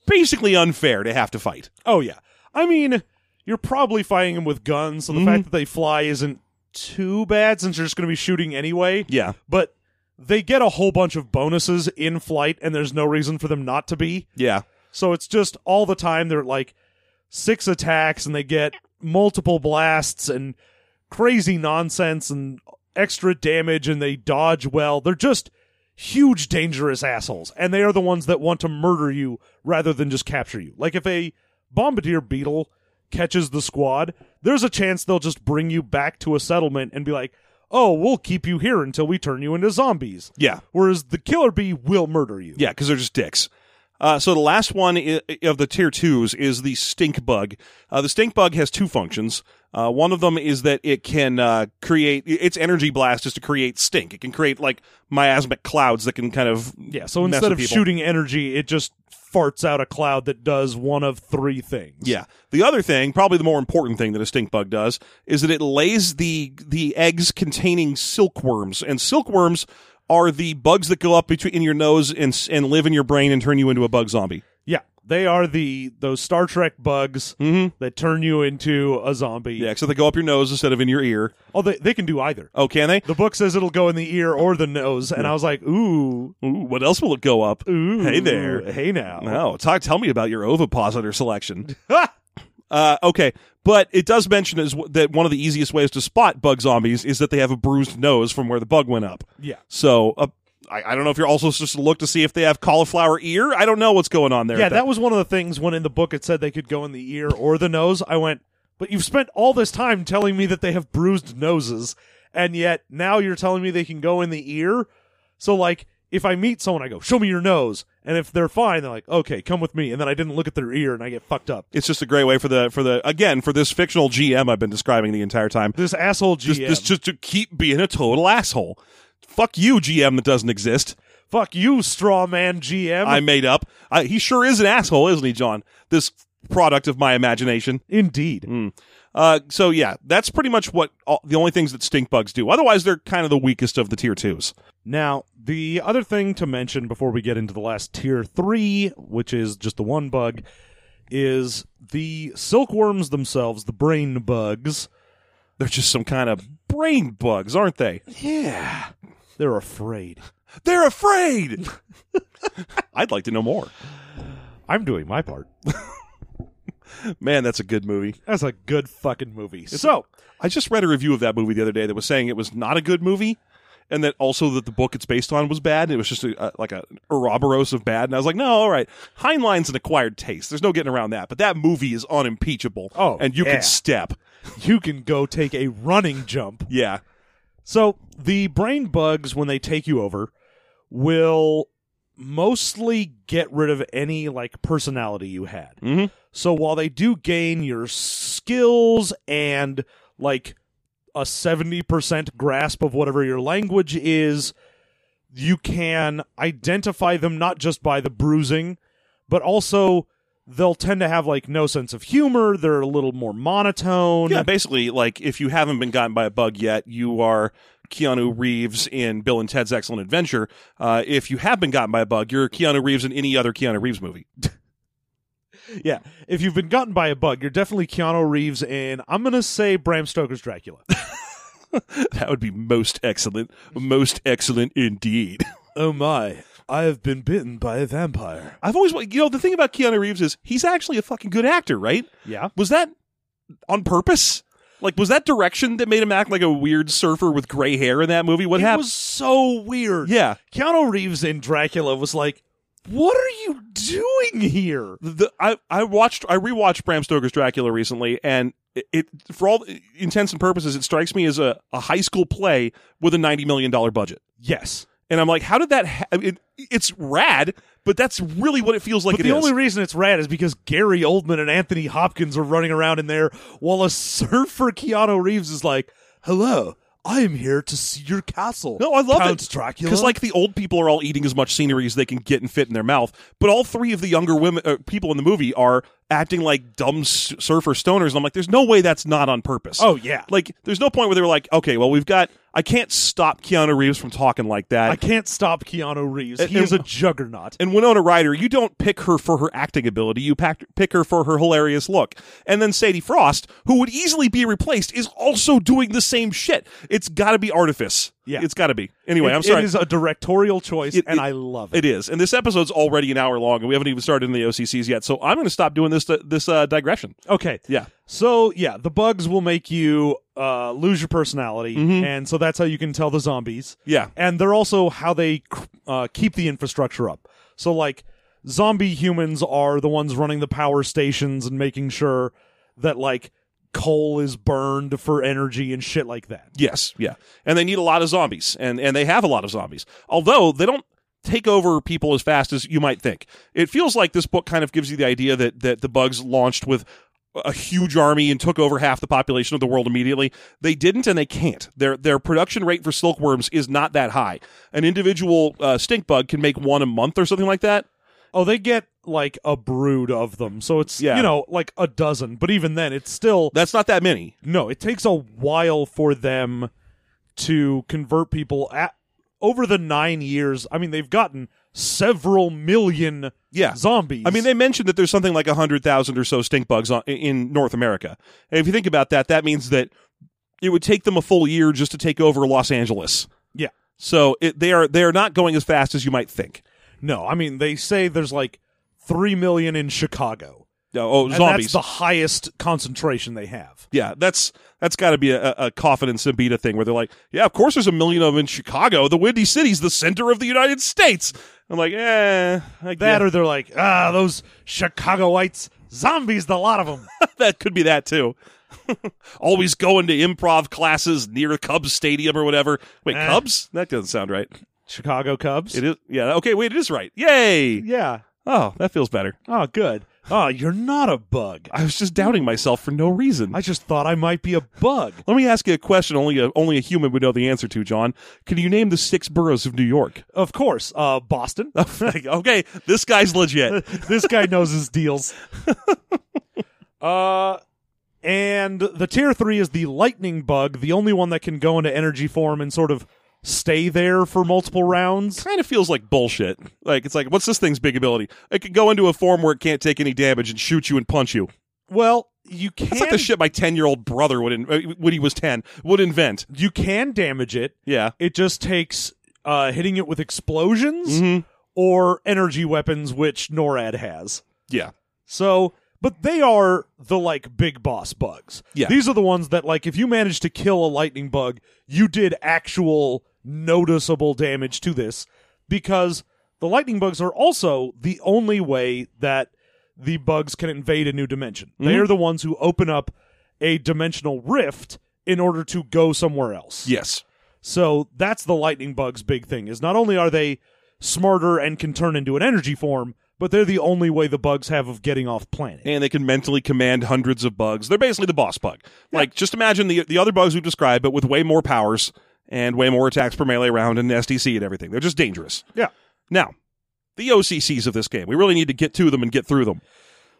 basically unfair to have to fight. Oh yeah. I mean, you're probably fighting them with guns, so the fact that they fly isn't too bad since you're just going to be shooting anyway. Yeah, But they get a whole bunch of bonuses in flight, and there's no reason for them not to be. yeah, So it's just all the time they're like six attacks, and they get multiple blasts and crazy nonsense and extra damage, and they dodge well. They're just huge dangerous assholes and they are the ones that want to murder you rather than just capture you like if a bombardier beetle catches the squad there's a chance they'll just bring you back to a settlement and be like oh we'll keep you here until we turn you into zombies yeah, whereas the killer bee will murder you yeah, because they're just dicks. Uh, so the last one i- of the tier twos is the stink bug. Uh, the stink bug has two functions. Uh, one of them is that it can uh, create its energy blast is to create stink. It can create like miasmic clouds that can kind of Yeah, so mess with instead of people. shooting energy, it just farts out a cloud that does one of three things. Yeah. The other thing, probably the more important thing that a stink bug does, is that it lays the the eggs containing silkworms, and silkworms are the bugs that go up between in your nose and s- and live in your brain and turn you into a bug zombie. Yeah. They are the those Star Trek bugs Mm-hmm. that turn you into a zombie. Yeah, so they go up your nose instead of in your ear. Oh, they they can do either. Oh, can they? The book says it'll go in the ear or the nose, and I was like, ooh, Ooh, what else will it go up? ooh. Hey there. Hey now. No, talk. Tell me about your ovipositor selection. Uh, okay, but it does mention is w- that one of the easiest ways to spot bug zombies is that they have a bruised nose from where the bug went up. Yeah. So uh, I, I don't know if you're also supposed to look to see if they have cauliflower ear. I don't know what's going on there. Yeah, at that was one of the things when in the book it said they could go in the ear or the nose. I went, but you've spent all this time telling me that they have bruised noses, and yet now you're telling me they can go in the ear. So like, if I meet someone, I go, show me your nose, and if they're fine, they're like, okay, come with me, and then I didn't look at their ear and I get fucked up. It's just a great way for the for the again for this fictional GM I've been describing the entire time. This asshole GM, Just, just just to keep being a total asshole. Fuck you, GM that doesn't exist. fuck you, straw man GM. I made up. I, he sure is an asshole, isn't he, John? This product of my imagination. Indeed, Uh, so yeah, that's pretty much what all, the only things that stink bugs do. Otherwise, they're kind of the weakest of the tier twos. Now, the other thing to mention before we get into the last tier three, which is just the one bug, is the silkworms themselves, the brain bugs. They're just some kind of brain bugs, aren't they? Yeah. They're afraid. They're afraid. I'd like to know more. I'm doing my part. Man, that's a good movie. That's a good fucking movie. so, I just read a review of that movie the other day that was saying it was not a good movie, and that also that the book it's based on was bad. It was just a, a, like a Ouroboros of bad, and I was like, no, all right. Heinlein's an acquired taste. There's no getting around that. But that movie is unimpeachable. Oh, and you yeah. can step. you can go take a running jump. Yeah, So, the brain bugs, when they take you over, will mostly get rid of any, like, personality you had. mm-hmm. So while they do gain your skills and like a 70% grasp of whatever your language is, you can identify them not just by the bruising, but also they'll tend to have like no sense of humor. They're a little more monotone. yeah. Basically, like if you haven't been gotten by a bug yet, you are. Keanu Reeves in Bill and Ted's Excellent Adventure. Uh, if you have been gotten by a bug, you're Keanu Reeves in any other Keanu Reeves movie. Yeah. If you've been gotten by a bug, you're definitely Keanu Reeves in, I'm going to say Bram Stoker's Dracula. That would be most excellent, most excellent indeed. oh my. I have been bitten by a vampire. I've always, you know, the thing about Keanu Reeves is he's actually a fucking good actor, right? Yeah. Was that on purpose? Like, was that direction that made him act like a weird surfer with gray hair in that movie? What It happened? was so weird. yeah, Keanu Reeves in Dracula was like, "What are you doing here?" the I I watched I rewatched Bram Stoker's Dracula recently, and it, it for all intents and purposes, it strikes me as a a high school play with a ninety million dollar budget. Yes, And I'm like, how did that? Ha- I mean, it, it's rad, but that's really what it feels like. but it the is. only reason it's rad is because Gary Oldman and Anthony Hopkins are running around in there while a surfer Keanu Reeves is like, hello, I am here to see your castle. No, I love Count it. Dracula. Because like the old people are all eating as much scenery as they can get and fit in their mouth, but all three of the younger women uh, people in the movie are acting like dumb s- surfer stoners. And I'm like, there's no way that's not on purpose. oh yeah, like there's no point where they were like, okay, well we've got. I can't stop Keanu Reeves from talking like that. I can't stop Keanu Reeves. And- He is a and- juggernaut. and Winona Ryder, you don't pick her for her acting ability. You pack, pick her for her hilarious look. And then Sadie Frost, who would easily be replaced, is also doing the same shit. It's got to be artifice. Yeah. it's got to be. Anyway, It- I'm sorry. It is a directorial choice, It- and it- I love it. It is, and this episode's already an hour long, and we haven't even started in the OCCs yet. So I'm going to stop doing this this uh, digression. Okay. Yeah. So yeah, the bugs will make you uh, lose your personality, Mm-hmm. and so that's how you can tell the zombies. Yeah. and they're also how they uh, keep the infrastructure up. So like zombie humans are the ones running the power stations and making sure that like coal is burned for energy and shit like that. Yes, yeah, and they need a lot of zombies, and and they have a lot of zombies. Although they don't take over people as fast as you might think. It feels like this book kind of gives you the idea that that the bugs launched with a huge army and took over half the population of the world immediately. They didn't, and they can't. Their their production rate for silkworms is not that high. An individual uh, stink bug can make one a month or something like that. Oh, they get like a brood of them, so it's Yeah. you know like a dozen. But even then, it's still That's not that many. no. It takes a while for them to convert people at over the nine years. I mean, they've gotten several million Yeah. zombies. I mean, they mentioned that there's something like 100,000 or so stink bugs on, in North America. And if you think about that, that means that it would take them a full year just to take over Los Angeles. Yeah. So it, they are they are not going as fast as you might think. No, I mean they say there's like three million in Chicago. Oh, oh, And zombies. That's the highest concentration they have. yeah, that's that's got to be a, a coffin and Sabita thing where they're like, yeah, of course there's a million of them in Chicago. The Windy City's the center of the United States. I'm like, eh, I That guess- or they're like, ah, those Chicagoites, zombies, the lot of them. that could be that too. Always going to improv classes near Cubs Stadium or whatever. Wait, Eh. Cubs? That doesn't sound right. Chicago Cubs. It is. Yeah. Okay. Wait. It is right. Yay. Yeah. Oh, that feels better. Oh, good. Oh, you're not a bug. I was just doubting myself for no reason. I just thought I might be a bug. Let me ask you a question. Only a only a human would know the answer to. John, can you name the six boroughs of New York? Of course, uh, Boston. okay, this guy's legit. this guy knows his deals. uh, and the tier three is the lightning bug, the only one that can go into energy form and sort of stay there for multiple rounds. Kind of feels like bullshit. Like it's like, what's this thing's big ability? It can go into a form where it can't take any damage and shoot you and punch you. Well, you can That's like the shit my ten year old brother would in, uh, when he was ten would invent. you can damage it. Yeah. It just takes uh, hitting it with explosions Mhm. or energy weapons, which NORAD has. Yeah. So, but they are the like big boss bugs. Yeah. These are the ones that like if you manage to kill a lightning bug, you did actual noticeable damage to this because the lightning bugs are also the only way that the bugs can invade a new dimension. They are the ones who open up a dimensional rift in order to go somewhere else. Yes. So that's the lightning bug's big thing is not only are they smarter and can turn into an energy form, but they're the only way the bugs have of getting off planet. and they can mentally command hundreds of bugs. They're basically the boss bug. Like, just imagine the the other bugs we described, but with way more powers and way more attacks per melee round and SDC and everything. They're just dangerous. Yeah. Now, the OCCs of this game, we really need to get to them and get through them.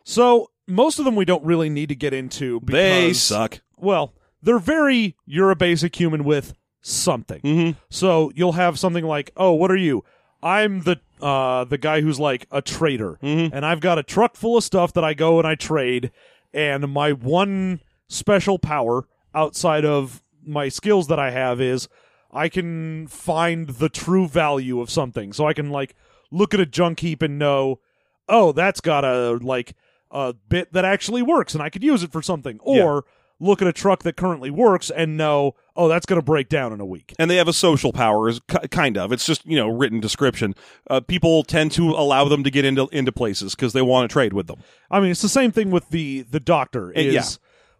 So most of them we don't really need to get into because They suck. Well, they're very you're a basic human with something. Mhm. So you'll have something like, "Oh, what are you? I'm the uh the guy who's like a trader, and I've got a truck full of stuff that I go and I trade, and my one special power outside of my skills that I have is I can find the true value of something. So I can like look at a junk heap and know, "Oh, that's got a like a bit that actually works and I could use it for something." Yeah. Or look at a truck that currently works and know, "Oh, that's going to break down in a week." And they have a social power, is ki- kind of. It's just you know written description. Uh, people tend to allow them to get into into places because they want to trade with them. I mean, it's the same thing with the the doctor. Is Uh, yeah.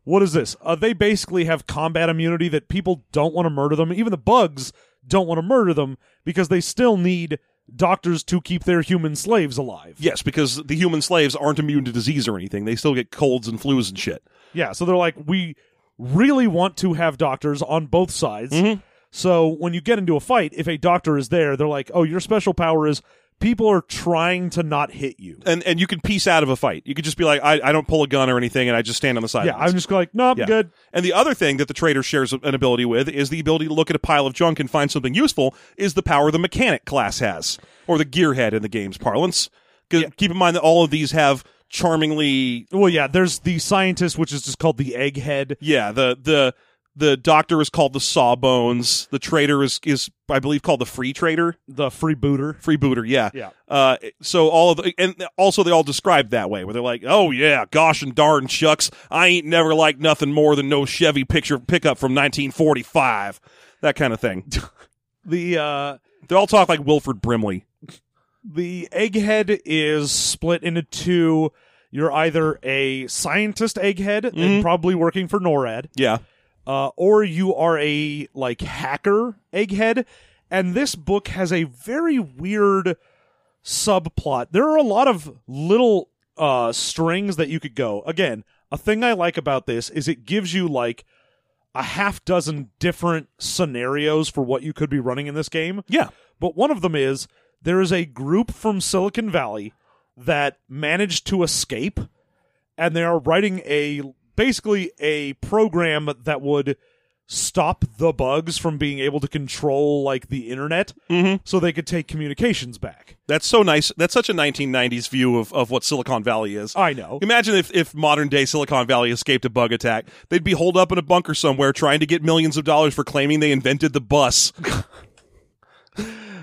what is this? Uh, they basically have combat immunity that people don't want to murder them. Even the bugs don't want to murder them because they still need doctors to keep their human slaves alive. Yes, because the human slaves aren't immune to disease or anything. They still get colds and flus and shit. Yeah, so they're like, we really want to have doctors on both sides. Mhm. So when you get into a fight, if a doctor is there, they're like, "Oh, your special power is people are trying to not hit you." and and you can piece out of a fight. You could just be like, I, I don't pull a gun or anything, and I just stand on the side. Yeah, I'm just like, "No, I'm Yeah. good." and the other thing that the trader shares an ability with is the ability to look at a pile of junk and find something useful. Is the power the mechanic class has, or the gearhead in the game's parlance. 'Cause Keep in mind that all of these have charmingly, Well, yeah, there's the scientist, which is just called the egghead. yeah. The the the doctor is called the Sawbones. The trader is is I believe called the Free Trader, the freebooter. Freebooter. Yeah, Yeah. Uh, so all of the, and also they all described that way where they're like, oh yeah, gosh and darn shucks, I ain't never liked nothing more than no Chevy picture pickup from 1945, that kind of thing. The uh they all talk like Wilford Brimley. the egghead is split into two. You're either a scientist egghead and probably working for NORAD, Yeah, uh, or you are a like hacker egghead. And this book has a very weird subplot. There are a lot of little uh, strings that you could go. Again, a thing I like about this is it gives you like a half dozen different scenarios for what you could be running in this game. yeah, But one of them is there is a group from Silicon Valley that managed to escape, and they are writing a basically a program that would stop the bugs from being able to control like the internet Mhm. so they could take communications back. that's so nice. That's such a 1990s view of of what Silicon Valley is. I know. Imagine if, if modern day Silicon Valley escaped a bug attack. They'd be holed up in a bunker somewhere trying to get millions of dollars for claiming they invented the bus.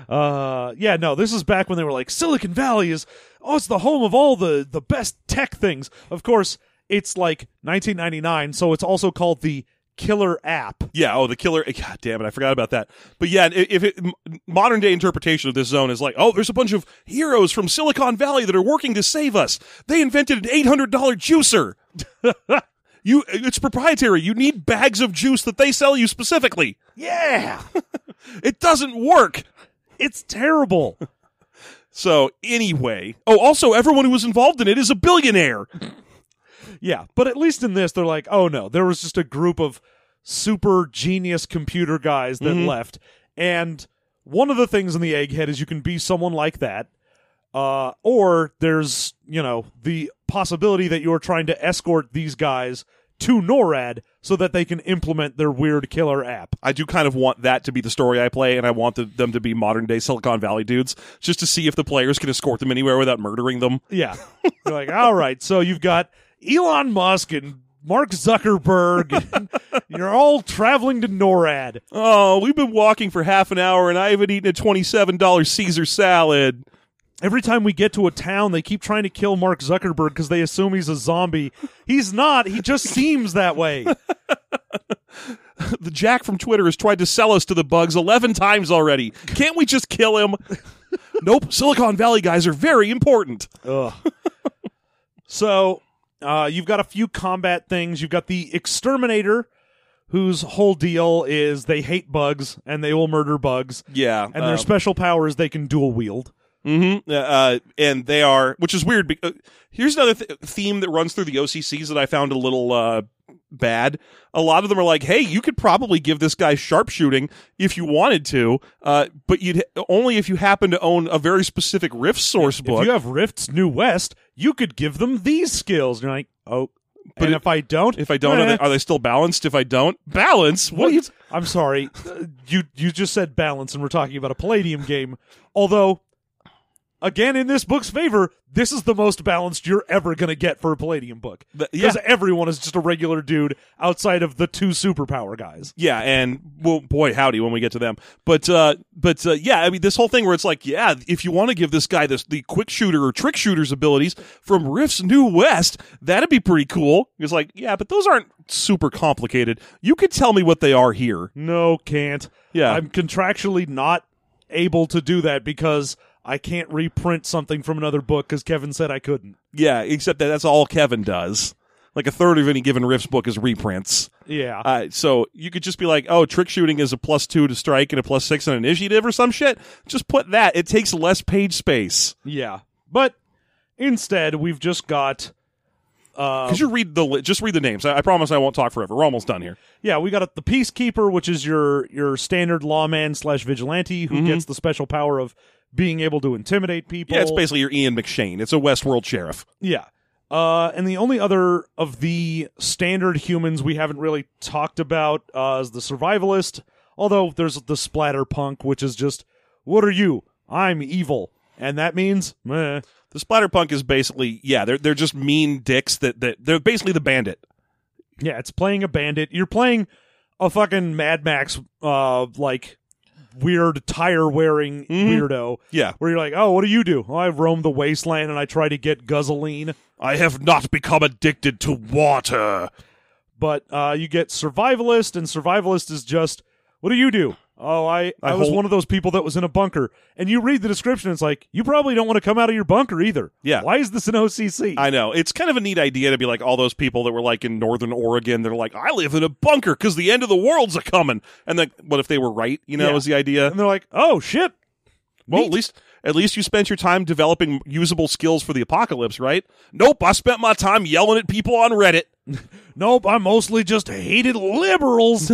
Uh yeah, no, this is back when they were like Silicon Valley is oh it's the home of all the the best tech things. Of course, it's like 1999, so it's also called the killer app. Yeah. Oh, the killer. God damn it! I forgot about that. But yeah, i- if it, m- modern day interpretation of this zone is like, oh, there's a bunch of heroes from Silicon Valley that are working to save us. They invented an eight hundred dollar juicer. you, eh, it's proprietary. You need bags of juice that they sell you specifically. Yeah. It doesn't work. It's terrible. So anyway, oh, also everyone who was involved in it is a billionaire. yeah, but at least in this, they're like, oh no, there was just a group of super genius computer guys that left. And one of the things in the egghead is you can be someone like that. Uh, or there's, you know, the possibility that you're trying to escort these guys to NORAD so that they can implement their weird killer app. I do kind of want that to be the story I play, and I want the, them to be modern day Silicon Valley dudes, just to see if the players can escort them anywhere without murdering them. Yeah. You're like, all right, so you've got Elon Musk and Mark Zuckerberg. And you're all traveling to NORAD. Oh, we've been walking for half an hour and I haven't eaten a $27 Caesar salad. Every time we get to a town, they keep trying to kill Mark Zuckerberg because they assume he's a zombie. He's not. He just seems that way. The Jack from Twitter has tried to sell us to the bugs 11 times already. Can't we just kill him? nope, Silicon Valley guys are very important. Ugh. So uh, you've got a few combat things. You've got the exterminator, whose whole deal is they hate bugs and they will murder bugs. Yeah. And their special power is they can dual wield. Mm-hmm. Uh, uh, and they are, which is weird. be- uh, here's another th- theme that runs through the OCCs that I found a little uh, bad. A lot of them are like, "Hey, you could probably give this guy sharpshooting if you wanted to, uh, but you'd only if you happen to own a very specific riff source book." If you have Rift's New West, you could give them these skills. And you're like, oh, But but and it- if I don't, if I don't, are, eh. they, are they still balanced? If I don't balance, what? Are you, I'm sorry. Uh, You you just said balance, and we're talking about a Palladium game. Although, again, in this book's favor, this is the most balanced you're ever going to get for a Palladium book. The- yeah. Because everyone is just a regular dude outside of the two superpower guys. Yeah, and well, boy, howdy when we get to them. But uh, but uh, yeah, I mean, this whole thing where it's like, yeah, if you want to give this guy this the quick shooter or trick shooter's abilities from Rift's New West, that'd be pretty cool. It's like, yeah, but those aren't super complicated. You could tell me what they are here. No, can't. Yeah. I'm contractually not able to do that because I can't reprint something from another book because Kevin said I couldn't. Yeah, except that that's all Kevin does. Like a third of any given Rift's book is reprints. Yeah. Uh, so you could just be like, oh, trick shooting is a plus two to strike and a plus six on initiative or some shit. Just put that. It takes less page space. Yeah. But instead, we've just got Uh, Could you read the li- just read the names? I, I promise I won't talk forever. We're almost done here. yeah, we got a, the peacekeeper, which is your your standard lawman slash vigilante who Mhm. gets the special power of being able to intimidate people. Yeah, it's basically your Ian McShane. It's a Westworld sheriff. Yeah. Uh, and the only other of the standard humans we haven't really talked about uh, is the survivalist. Although there's the splatterpunk, which is just, what are you? I'm evil, and that means meh. The splatterpunk is basically yeah, they're they're just mean dicks that that they're basically the bandit. Yeah, it's playing a bandit. You're playing a fucking Mad Max, uh, like weird tire wearing Mhm. weirdo. Yeah, Where you're like, oh, what do you do? Oh, I roam the wasteland and I try to get guzzling. I have not become addicted to water. but uh, you get survivalist, and survivalist is just what do you do? Oh, I, I, I was hold- one of those people that was in a bunker. And you read the description, it's like, you probably don't want to come out of your bunker either. Yeah. Why is this an OCC? I know. It's kind of a neat idea to be like all those people that were like in northern Oregon. They're like, I live in a bunker because the end of the world's a coming. And then, what if they were right? You know, Yeah. is the idea. and they're like, oh, shit. Well, at least at least you spent your time developing usable skills for the apocalypse, right? Nope, I spent my time yelling at people on Reddit, Nope, I mostly just hated liberals.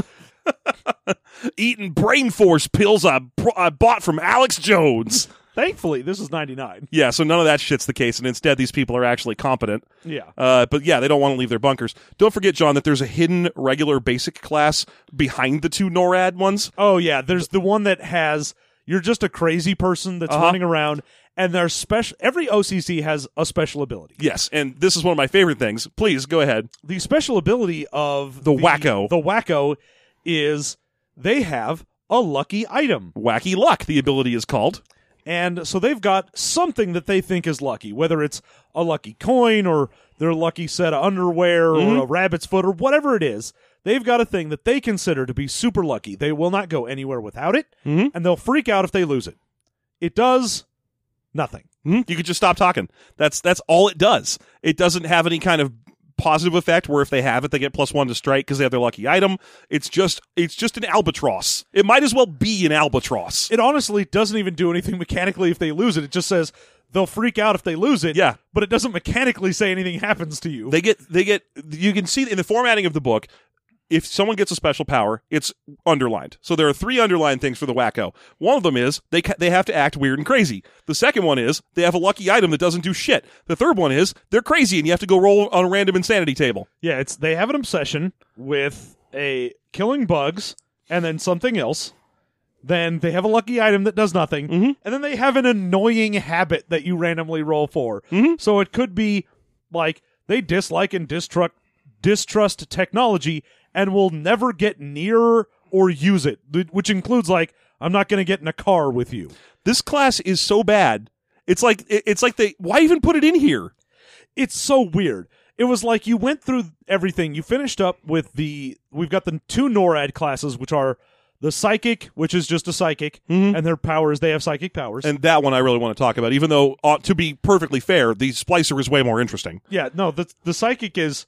eating brain force pills I br- I bought from Alex Jones. Thankfully, this is 99. yeah, so none of that shit's the case, and instead these people are actually competent. Yeah. Uh, but yeah, they don't want to leave their bunkers. Don't forget, John, that there's a hidden regular basic class behind the two NORAD ones. Oh, yeah. There's the one that has, you're just a crazy person that's Uh-huh. running around, and there's special, every OCC has a special ability. Yes, and this is one of my favorite things. Please go ahead. the special ability of The wacko. the wacko is they have a lucky item Wacky luck, the ability is called. and so they've got something that they think is lucky whether it's a lucky coin or their lucky set of underwear Mm-hmm. or a rabbit's foot or whatever it is they've got a thing that they consider to be super lucky they will not go anywhere without it Mhm. and they'll freak out if they lose it it does nothing Hmm? You could just stop talking. That's that's all it does. It doesn't have any kind of positive effect where if they have it they get plus one to strike because they have their lucky item it's just it's just an albatross it might as well be an albatross it honestly doesn't even do anything mechanically if they lose it it just says they'll freak out if they lose it Yeah. but it doesn't mechanically say anything happens to you they get they get you can see in the formatting of the book if someone gets a special power it's underlined so there are three underlined things for the wacko one of them is they ca- they have to act weird and crazy the second one is they have a lucky item that doesn't do shit the third one is they're crazy and you have to go roll on a random insanity table Yeah, it's they have an obsession with a killing bugs and then something else. Then they have a lucky item that does nothing, Mm-hmm. and then they have an annoying habit that you randomly roll for. Mm-hmm. So it could be like they dislike and distrust distrust technology and will never get near or use it, th- which includes like I'm not going to get in a car with you. this class is so bad. It's like it- it's like they why even put it in here? it's so weird. It was like you went through everything. You finished up with the we've got the two NORAD classes, which are the psychic, which is just a psychic, and their powers they have psychic powers. Mm-hmm. And that one I really want to talk about, even though uh, to be perfectly fair, the splicer is way more interesting. yeah, no, the the psychic is.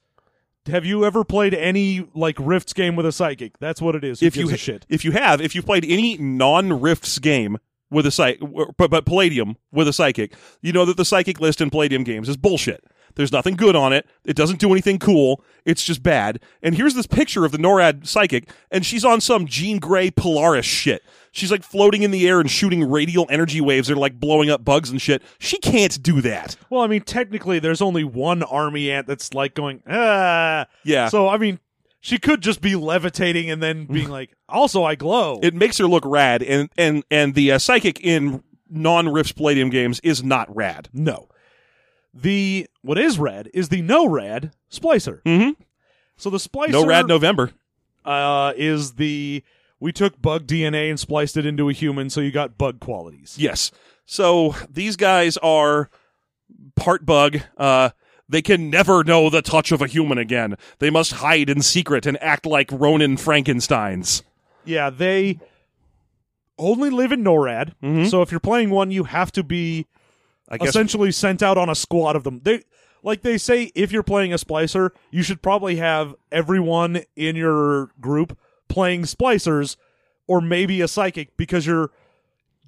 Have you ever played any like Rifts game with a psychic? That's what it is. Who If you gives a shit, if you have if you've played any non rifts game with a psych, but but Palladium with a psychic, you know that the psychic list in Palladium games is bullshit. There's nothing good on it. It doesn't do anything cool. It's just bad. And here's this picture of the NORAD psychic, and she's on some Jean Grey Polaris shit. She's like floating in the air and shooting radial energy waves that are like blowing up bugs and shit. She can't do that. well, I mean, technically, there's only one army ant that's like going ah. Yeah. So I mean, she could just be levitating and then being like, also I glow. it makes her look rad and and and the uh, psychic in non rifts palladium games is not rad No. The what is rad is the no rad splicer. Mhm. So the splicer no rad november uh, is the we took bug DNA and spliced it into a human, so you got bug qualities. yes so these guys are part bug uh they can never know the touch of a human again. They must hide in secret and act like Ronin Frankensteins. Yeah, they only live in NORAD. Mhm. So if you're playing one, you have to be I guess essentially sent out on a squad of them. They like they say if you're playing a splicer, you should probably have everyone in your group playing splicers or maybe a psychic because you're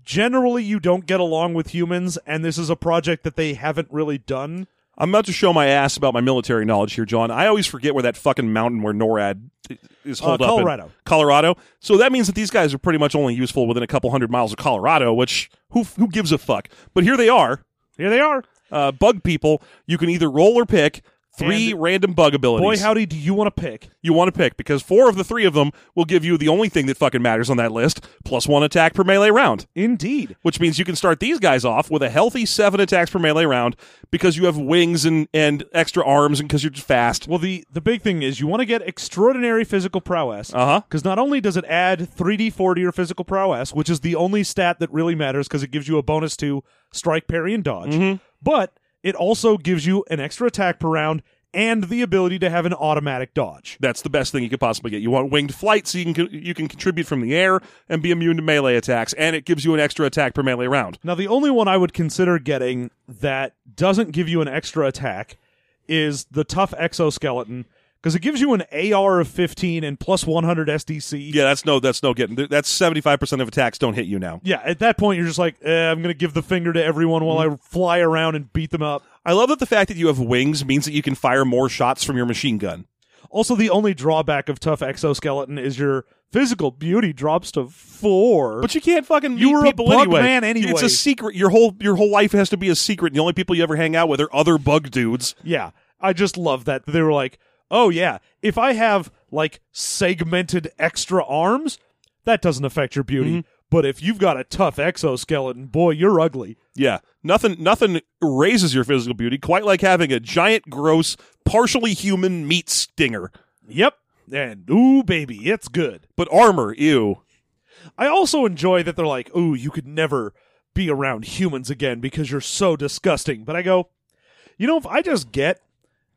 generally you don't get along with humans and this is a project that they haven't really done I'm about to show my ass about my military knowledge here, John. I always forget where that fucking mountain where NORAD i- is holed up. in- Uh, Colorado. Colorado. So that means that these guys are pretty much only useful within a couple hundred miles of Colorado, which who who gives a fuck? But here they are, Here they are. uh, bug people. You can either roll or pick three And- random bug Boy, abilities howdy, do you want to pick? you want to pick because four of the three of them will give you the only thing that fucking matters on that list plus one attack per melee round. Indeed. Which means you can start these guys off with a healthy seven attacks per melee round because you have wings and, and extra arms and because you're fast. Well, the the big thing is you want to get extraordinary physical prowess. Uh huh. Because not only does it add 3d4 to your physical prowess, which is the only stat that really matters because it gives you a bonus to strike, parry, and dodge, but it also gives you an extra attack per round and the ability to have an automatic dodge. That's the best thing you could possibly get. You want winged flight so you can you can contribute from the air and be immune to melee attacks, and it gives you an extra attack per melee round. Now, the only one I would consider getting that doesn't give you an extra attack is the Tough Exoskeleton because it gives you an AR of 15 and plus 100 SDC. Yeah, that's no that's no getting. That's seventy five percent of attacks don't hit you now. Yeah, at that point, you're just like, eh, I'm going to give the finger to everyone while I fly around and beat them up. I love that the fact that you have wings means that you can fire more shots from your machine gun. Also, the only drawback of tough exoskeleton is your physical beauty drops to four. But you can't fucking You meet were a people bug anyway. man anyway. It's a secret. Your whole your whole life has to be a secret. And the only people you ever hang out with are other bug dudes. yeah, I just love that they were like, "Oh yeah, if I have like segmented extra arms, that doesn't affect your beauty." But if you've got a tough exoskeleton, boy, you're ugly. Yeah, nothing nothing raises your physical beauty quite like having a giant, gross, partially human meat stinger. Yep. And ooh, baby, it's good. But armor, ew. I also enjoy that they're like, "Ooh, you could never be around humans again because you're so disgusting." But I go, "You know, if I just get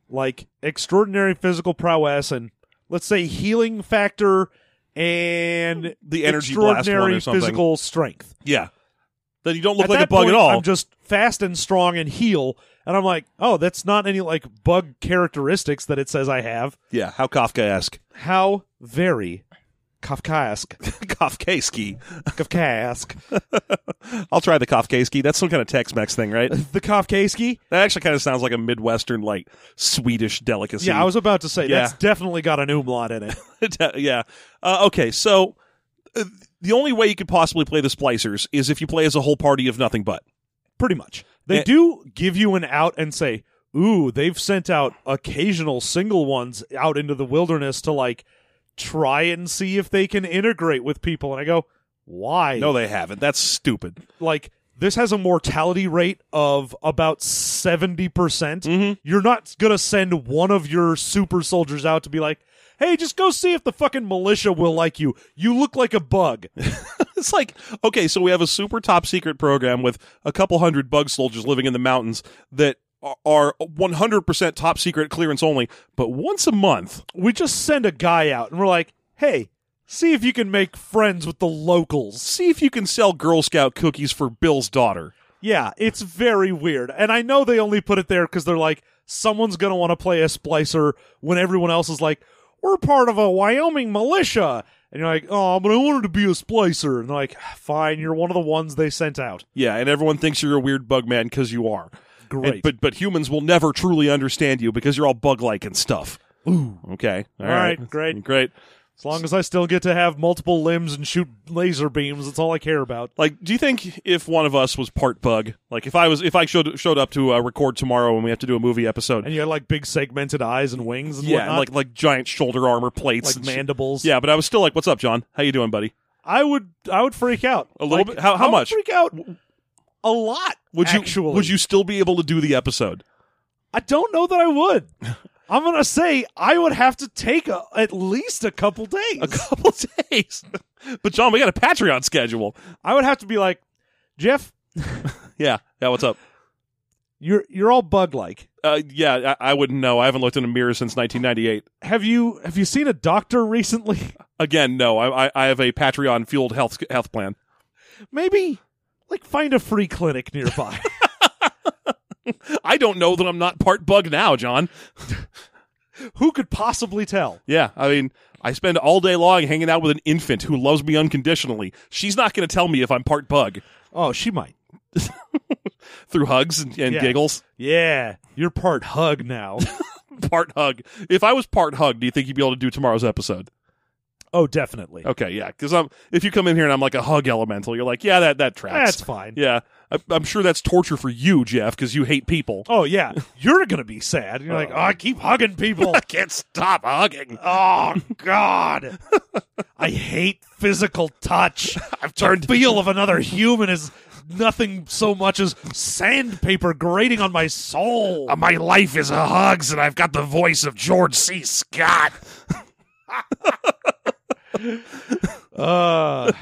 like extraordinary physical prowess and let's say healing factor and The energy blast one or extraordinary something. physical strength, Yeah, then you don't look At like a that bug point, at all. I'm just fast and strong and heal, and I'm like, oh, that's not any like bug characteristics that it says I have. yeah, how Kafkaesque, How very Kafkaesque, Kafkaesque. Kafkaesque, I'll try the Kafkaesque. That's some kind of Tex-Mex thing, right? the Kafkaesque." That actually kind of sounds like a midwestern, like Swedish delicacy. Yeah, I was about to say Yeah. that's definitely got an umlaut in it. yeah. Uh, okay, so uh, the only way you could possibly play the Splicers is if you play as a whole party of nothing but. Pretty much. They Eh. do give you an out and say, "Ooh, they've sent out occasional single ones out into the wilderness to like try and see if they can integrate with people." And I go, "Why?" No, they haven't. That's stupid. like this has a mortality rate of about 70%. percent You're not going to send one of your super soldiers out to be like, "Hey, just go see if the fucking militia will like you. You look like a bug." It's like, okay, so we have a super top secret program with a couple hundred bug soldiers living in the mountains that are- are 100% top secret clearance only, but once a month, we just send a guy out and we're like, hey, see if you can make friends with the locals. see if you can sell Girl Scout cookies for Bill's daughter. Yeah, it's very weird. And I know they only put it there because they're like, someone's going to want to play a splicer when everyone else is like, we're part of a Wyoming militia. And you're like, oh, but I wanted to be a splicer. And they're like, fine, you're one of the ones they sent out. Yeah, and everyone thinks you're a weird bug man because you are. Great. And- but but humans will never truly understand you because you're all bug like and stuff. Ooh. Okay. All right, great. Great. As long as I still get to have multiple limbs and shoot laser beams, that's all I care about. Like, do you think if one of us was part bug, like if I was, if I showed showed up to uh, record tomorrow and we have to do a movie episode, And you got like big segmented eyes and wings and yeah, and whatnot, like like giant shoulder armor plates, like and shit. mandibles. yeah, but I was still like, "What's up, John? How you doing, buddy? I would I would freak out A little bit? How- how I would much? Freak out a lot. Would you actually. would you still be able to do the episode? I don't know that I would. I'm gonna say I would have to take a, at least a couple days. A couple days, but John, we got a Patreon schedule. I would have to be like, Jeff, Yeah, yeah. What's up? you're you're all bug like. Uh, yeah, I, I wouldn't know. I haven't looked in a mirror since 1998. Have you have you seen a doctor recently? Again, no. I I, I have a Patreon fueled health health plan. Maybe like find a free clinic nearby. I don't know that I'm not part bug now, John. Who could possibly tell? Yeah, I mean, I spend all day long hanging out with an infant who loves me unconditionally. She's not going to tell me if I'm part bug. Oh, she might. through hugs and, and Yeah. giggles. Yeah, you're part hug now. Part hug. If I was part hug, do you think you'd be able to do tomorrow's episode? oh, definitely. Okay, yeah. Because I'm if you come in here and I'm like a hug elemental, you're like, yeah, that that tracks. That's fine. yeah, I, I'm sure that's torture for you, Jeff, because you hate people. Oh yeah, you're gonna be sad. You're like, oh, I keep hugging people. I can't stop hugging. oh God, I hate physical touch. I've The turned. feel of another human is nothing so much as sandpaper grating on my soul. Uh, my life is a hugs, and I've got the voice of George C. Scott. Uh,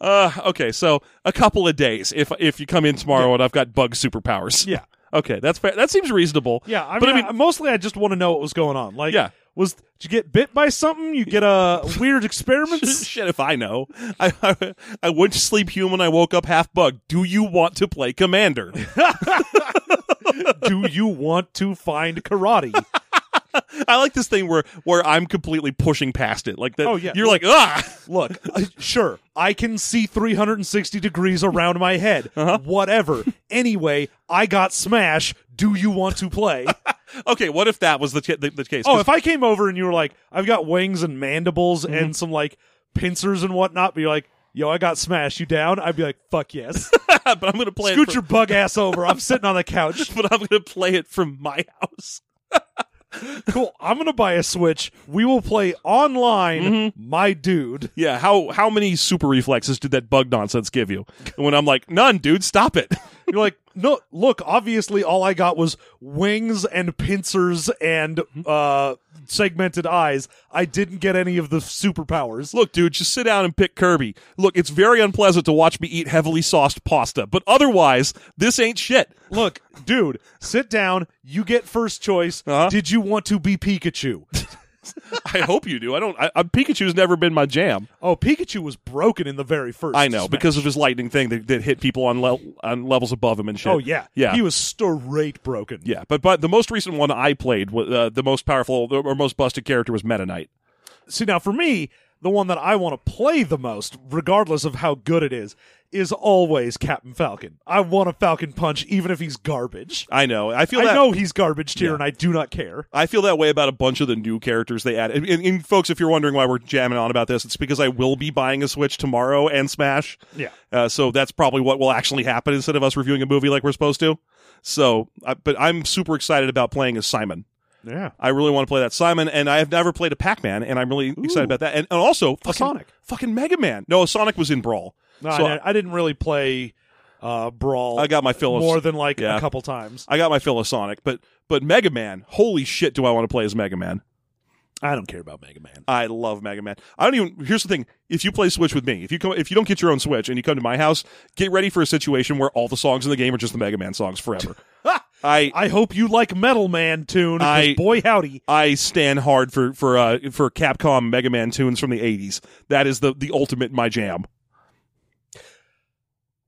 Uh, okay, so a couple of days if if you come in tomorrow and I've got bug superpowers. yeah, Okay, that's fair. That seems reasonable. yeah. I mean, But I I mean- mostly I just want to know what was going on. Like, Yeah. was did you get bit by something? You get a weird experiments? Shit, if I know. I, I I went to sleep human. I woke up half bug. Do you want to play commander? Do you want to find karate? I like this thing where where I'm completely pushing past it. Like that. Oh, yeah. You're like ah. Look, uh, sure, I can see 360 degrees around my head. Whatever. Anyway, I got smash. Do you want to play? Okay, what if that was the ca- the, the case? oh, if I came over and you were like, I've got wings and mandibles and some like pincers and whatnot, but you're like, yo, I got smash. You down? I'd be like, fuck yes. but I'm gonna play Scoot it. your bug ass over. I'm sitting on the couch. From, but I'm gonna play it from my house. Cool. I'm gonna buy a Switch. We will play online, my dude. Yeah. How how many super reflexes did that bug nonsense give you? And when I'm like none, dude, stop it. You're like, no, look, obviously all I got was wings and pincers and Mm-hmm. uh segmented eyes. I didn't get any of the superpowers. Look, dude, just sit down and pick Kirby. Look, it's very unpleasant to watch me eat heavily sauced pasta, but otherwise, this ain't shit. Look, dude, sit down. You get first choice. Uh-huh. Did you want to be Pikachu? I hope you do. I don't. I, I, Pikachu's never been my jam. Oh, Pikachu was broken in the very first. I know Smash. because of his lightning thing that, that hit people on le- on levels above him and shit. Oh yeah, yeah, He was straight broken. yeah. But but the most recent one I played, wa- uh, the most powerful or most busted character was Meta Knight. See now for me, the one that I want to play the most, regardless of how good it is, is always Captain Falcon. I want a Falcon punch, even if he's garbage. I know. I feel I that. know he's garbage tier, and I do not care. I feel that way about a bunch of the new characters they added. And, and folks, if you're wondering why we're jamming on about this, it's because I will be buying a Switch tomorrow and Smash. Yeah. Uh, so that's probably what will actually happen instead of us reviewing a movie like we're supposed to. So, I, but I'm super excited about playing as Simon. Yeah. I really want to play that Simon, and I have never played a Pac Man, and I'm really excited about that. And, and also, fucking, Sonic. fucking Mega Man. No, Sonic was in Brawl. No, so I, didn't- I didn't really play uh, Brawl. I got my fill of- more than like yeah. a couple times. I got my fill of Sonic, but but Mega Man, holy shit, do I want to play as Mega Man? I don't care about Mega Man. I love Mega Man. I don't even. Here's the thing: if you play Switch with me, if you come, if you don't get your own Switch and you come to my house, get ready for a situation where all the songs in the game are just the Mega Man songs forever. I I hope you like Metal Man tune. 'cause I- boy howdy, I stand hard for for uh, for Capcom Mega Man tunes from the '80s. That is the the ultimate my jam.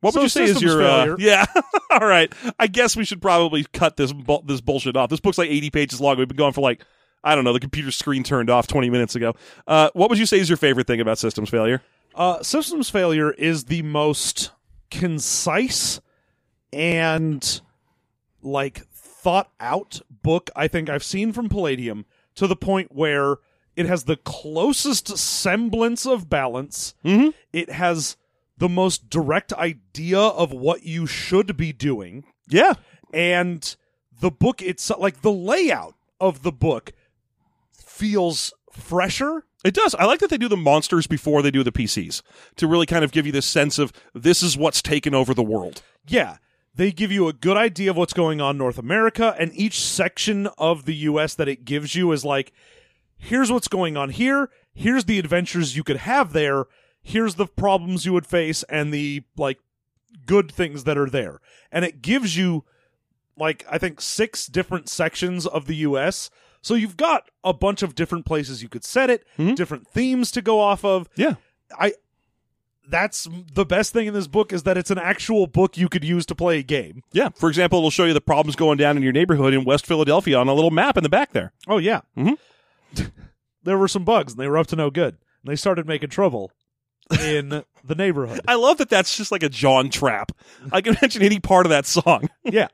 What So would you say is systems your uh, failure. yeah? all right, I guess we should probably cut this bu- this bullshit off. This book's like 80 pages long. We've been going for like I don't know. The computer screen turned off 20 minutes ago. Uh, what would you say is your favorite thing about systems failure? uh, systems failure is the most concise and like thought out book I think I've seen from Palladium to the point where it has the closest semblance of balance. Mm-hmm. it has the most direct idea of what you should be doing Yeah, and the book itself like the layout of the book feels fresher It does. I like that they do the monsters before they do the PCs to really kind of give you this sense of this is what's taken over the world. yeah they give you a good idea of what's going on in north america and each section of the us that it gives you is like here's what's going on here here's the adventures you could have there here's the problems you would face and the like good things that are there and it gives you like i think six different sections of the us so you've got a bunch of different places you could set it Mhm. different themes to go off of Yeah. i that's the best thing in this book is that it's an actual book you could use to play a game Yeah. For example, it'll show you the problems going down in your neighborhood in West Philadelphia on a little map in the back there. oh yeah Mhm. there were some bugs and they were up to no good and they started making trouble in the neighborhood. I love that that's just like a John trap. I can mention any part of that song. Yeah.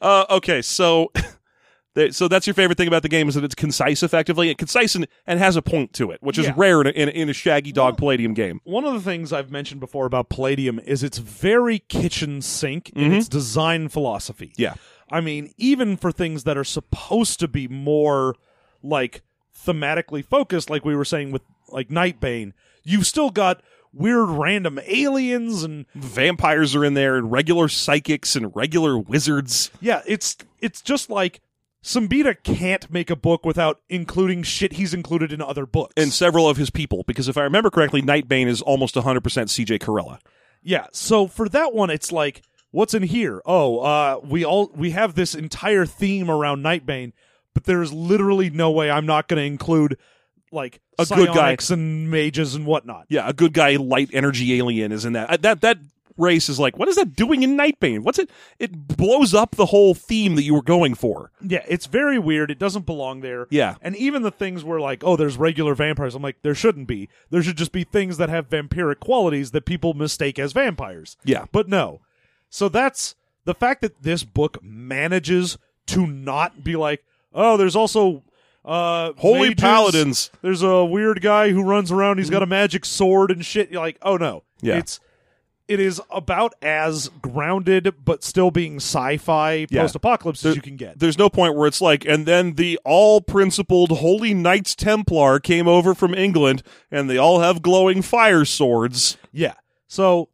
Uh, okay, so there- so that's your favorite thing about the game is that it's concise effectively and concise and, and has a point to it, which is Yeah. rare in a, in, a, in a Shaggy Dog Palladium game. One of the things I've mentioned before about Palladium is it's very kitchen sink in its design philosophy. Yeah. I mean, even for things that are supposed to be more like thematically focused, like we were saying with like Nightbane, you've still got weird random aliens and Vampires are in there and regular psychics and regular wizards. yeah, it's it's just like Sambita can't make a book without including shit he's included in other books. and several of his people because if I remember correctly, Nightbane is almost 100% CJ Corella. Yeah. So for that one, it's like, what's in here? Oh, uh, we all we have this entire theme around Nightbane, but there is literally no way I'm not going to include like A good guy. psionics and mages and whatnot. Yeah, a good guy, light energy alien is in that. Uh, That that race is like, what is that doing in Nightbane? What's it? It blows up the whole theme that you were going for. Yeah, it's very weird. It doesn't belong there. Yeah. And even the things where like, oh, there's regular vampires. I'm like, there shouldn't be. There should just be things that have vampiric qualities that people mistake as vampires. Yeah. But no. So that's the fact that this book manages to not be like, oh, there's also uh Holy mages. paladins. Mm-hmm. There's a weird guy who runs around, he's got a magic sword and shit. You're like, oh no. Yeah. It's it is about as grounded but still being sci-fi Yeah. post-apocalypse as you can get. There's no point where it's like, and then the all principled Holy Knights Templar came over from England and they all have glowing fire swords. Yeah. So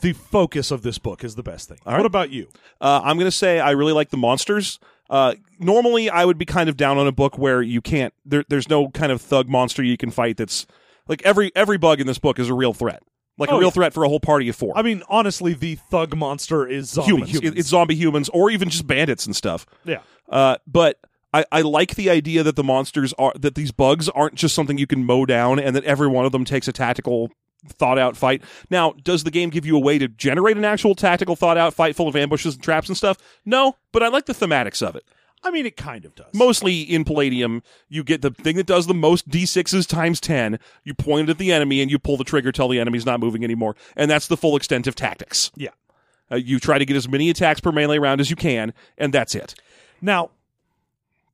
the focus of this book is the best thing. right. What about you? Uh, I'm going to say I really like the monsters. Uh, normally, I would be kind of down on a book where you can't. There, there's no kind of thug monster you can fight. That's like every every bug in this book is a real threat, like a Oh, real yeah. threat for a whole party of four I mean, honestly, the thug monster is zombie humans. humans. It- it's zombie humans, or even just bandits and stuff. yeah. Uh, but I, I like the idea that the monsters are that these bugs aren't just something you can mow down, and that every one of them takes a tactical thought out fight. Now, does the game give you a way to generate an actual tactical thought out fight full of ambushes and traps and stuff? No, but I like the thematics of it. I mean, it kind of does. mostly in Palladium, you get the thing that does the most d6s times 10. You point it at the enemy and you pull the trigger till the enemy's not moving anymore. And that's the full extent of tactics. yeah. Uh, you try to get as many attacks per melee round as you can, and that's it. Now,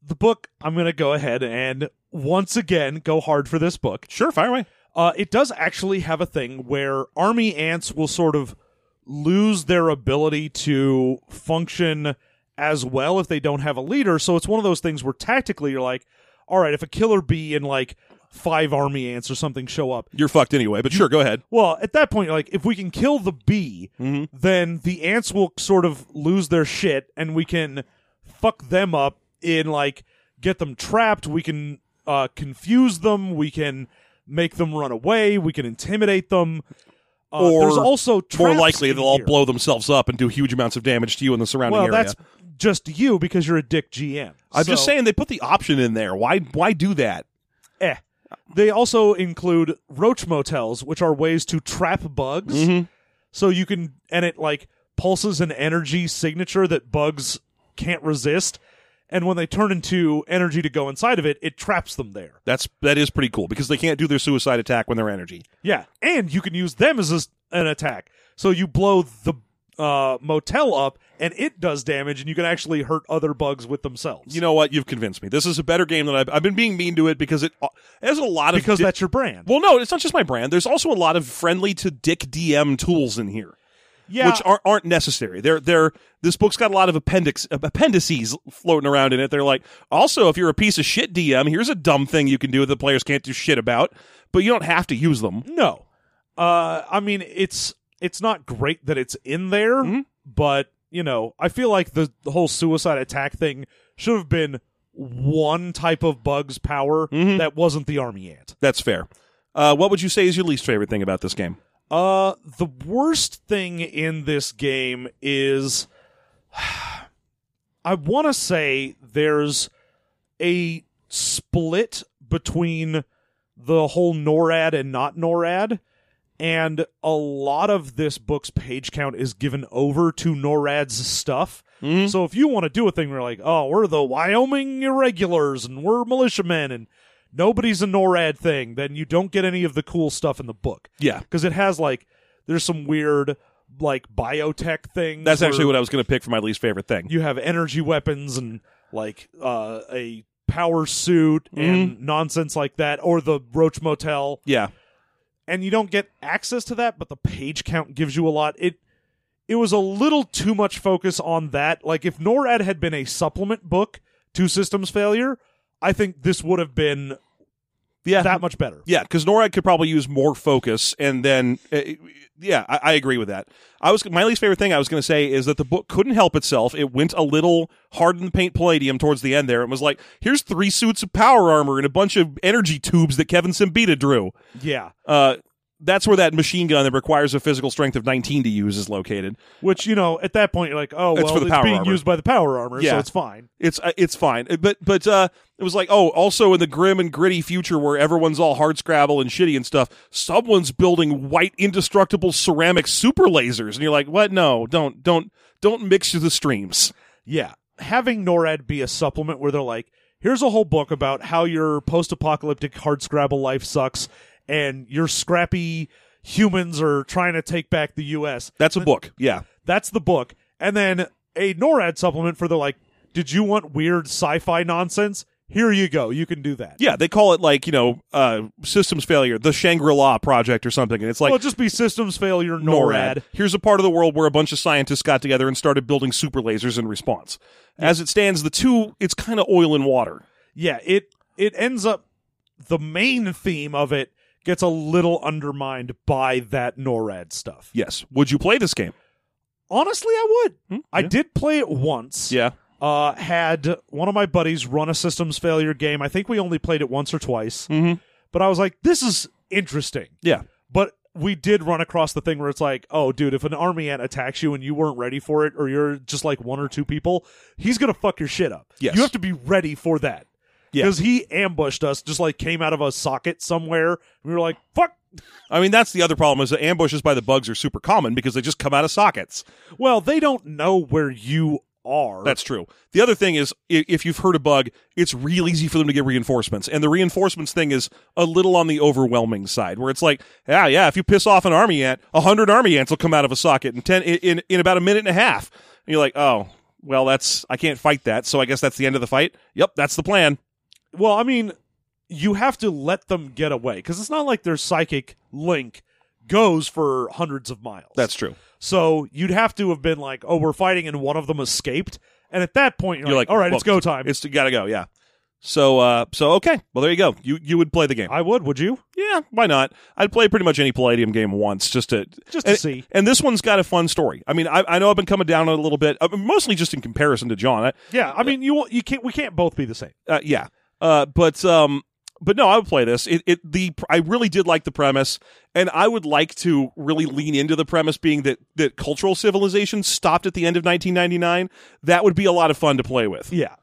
the book, I'm going to go ahead and once again go hard for this book. Sure, fire away. Uh, it does actually have a thing where army ants will sort of lose their ability to function as well if they don't have a leader. So it's one of those things where tactically you're like, all right, if a killer bee and like five army ants or something show up, You're fucked anyway, but sure, go ahead. well, at that point, you're like, if we can kill the bee, Mm-hmm. then the ants will sort of lose their shit, and we can fuck them up in like get them trapped. We can uh, confuse them. We can make them run away. We can intimidate them. Uh, Or there's also More traps likely, in they'll all here. blow themselves up and do huge amounts of damage to you in the surrounding Well, area. that's just you because you're a dick GM. I'm just So, saying they put the option in there. Why? Why do that? eh. They also include roach motels, which are ways to trap bugs. Mm-hmm. so you can and it like pulses an energy signature that bugs can't resist and when they turn into energy to go inside of it it traps them there That's that is pretty cool because they can't do their suicide attack when they're energy. yeah and you can use them as a, an attack so you blow the uh, motel up and it does damage and you can actually hurt other bugs with themselves You know what? You've convinced me. This is a better game than I've, I've been being mean to it because it there's a lot of because di- that's your brand well, no, it's not just my brand. There's also a lot of friendly to Dick DM tools in here, yeah which aren't aren't necessary. They're they're this book's got a lot of appendix appendices floating around in it. They're like, also, if you're a piece of shit DM, here's a dumb thing you can do that the players can't do shit about, but you don't have to use them. No. Uh I mean it's it's not great that it's in there, but you know, I feel like the, the whole suicide attack thing should have been one type of bug's power that wasn't the army ant. That's fair. Uh, what would you say is your least favorite thing about this game? Uh the worst thing in this game is I want to say there's a split between the whole NORAD and not NORAD and a lot of this book's page count is given over to NORAD's stuff. So if you want to do a thing where you're like, "Oh, we're the Wyoming irregulars and we're militiamen and nobody's a NORAD thing, then you don't get any of the cool stuff in the book Yeah. because it has like there's some weird like biotech thing. That's actually what I was going to pick for my least favorite thing. you have energy weapons and like uh, a power suit Mm-hmm. and nonsense like that, or the Roach Motel, Yeah. and you don't get access to that, but the page count gives you a lot. It it was a little too much focus on that. Like if NORAD had been a supplement book to Systems Failure, I think this would have been Yeah. that much better. Yeah, because NORAD could probably use more focus, and then uh, yeah, I, I agree with that. I was my least favorite thing I was going to say is that the book couldn't help itself. It went a little hard in the paint palladium towards the end there, and was like, "Here's three suits of power armor and a bunch of energy tubes that Kevin Simbita drew." Yeah. Uh, that's where that machine gun that requires a physical strength of 19 to use is located. Which you know, at that point, you're like, oh It's well, for the it's power being armor. used by the power armor, Yeah. so it's fine. It's uh, it's fine, Uh, but but uh, it was like oh, also in the grim and gritty future where everyone's all hard scrabble and shitty and stuff, someone's building white indestructible ceramic super lasers, and you're like, what? No, don't don't don't mix the streams. Yeah, having NORAD be a supplement where they're like, here's a whole book about how your post-apocalyptic hard scrabble life sucks, and your scrappy humans are trying to take back the U.S. That's a book, yeah, That's the book, and then a NORAD supplement for the like, did you want weird sci-fi nonsense? Here you go, you can do that. yeah. They call it like you know uh, systems failure, the Shangri La project or something, and it's like well, just be systems failure NORAD. NORAD. Here's a part of the world where a bunch of scientists got together and started building super lasers in response. As it stands, the two, it's kind of oil and water. yeah it it ends up the main theme of it gets a little undermined by that norad stuff Yes. Would you play this game? honestly i would Hmm? i did play it once Yeah. uh had one of my buddies run a systems failure game i think we only played it once or twice Mm-hmm. but i was like this is interesting Yeah. but we did run across the thing where it's like, oh, dude, if an army ant attacks you and you weren't ready for it, or you're just like one or two people, he's gonna fuck your shit up. Yes. you have to be ready for that. Yeah. because he ambushed us, just like came out of a socket somewhere. We were like, fuck. I mean, that's the other problem is that ambushes by the bugs are super common because they just come out of sockets. Well, they don't know where you are. That's true. The other thing is, i- if you've heard a bug, it's real easy for them to get reinforcements. And the reinforcements thing is a little on the overwhelming side, where it's like, yeah, yeah, if you piss off an army ant, a hundred army ants will come out of a socket in ten in, in in about a minute and a half. And you're like, oh, well, that's I can't fight that, so I guess that's the end of the fight. Yep, that's the plan. well, I mean, you have to let them get away because it's not like their psychic link goes for hundreds of miles. true. So you'd have to have been like, oh, we're fighting and one of them escaped. And at that point, you're, You're like, like, all right, it's well, go time. It's gotta go. Yeah. So, uh, so okay. Well, there you go. You you would play the game. I would, would you? Yeah, why not? I'd play pretty much any Palladium game once just to Just to and, see. And this one's got a fun story. I mean, I, I know I've been coming down on it a little bit, uh, mostly just in comparison to John. I, Yeah, I mean, you won't- you can't we can't both be the same. uh, yeah, uh, but um, but no, I would play this. It, it the I really did like the premise, and I would like to really lean into the premise being that that cultural civilization stopped at the end of 1999. That would be a lot of fun to play with. Yeah,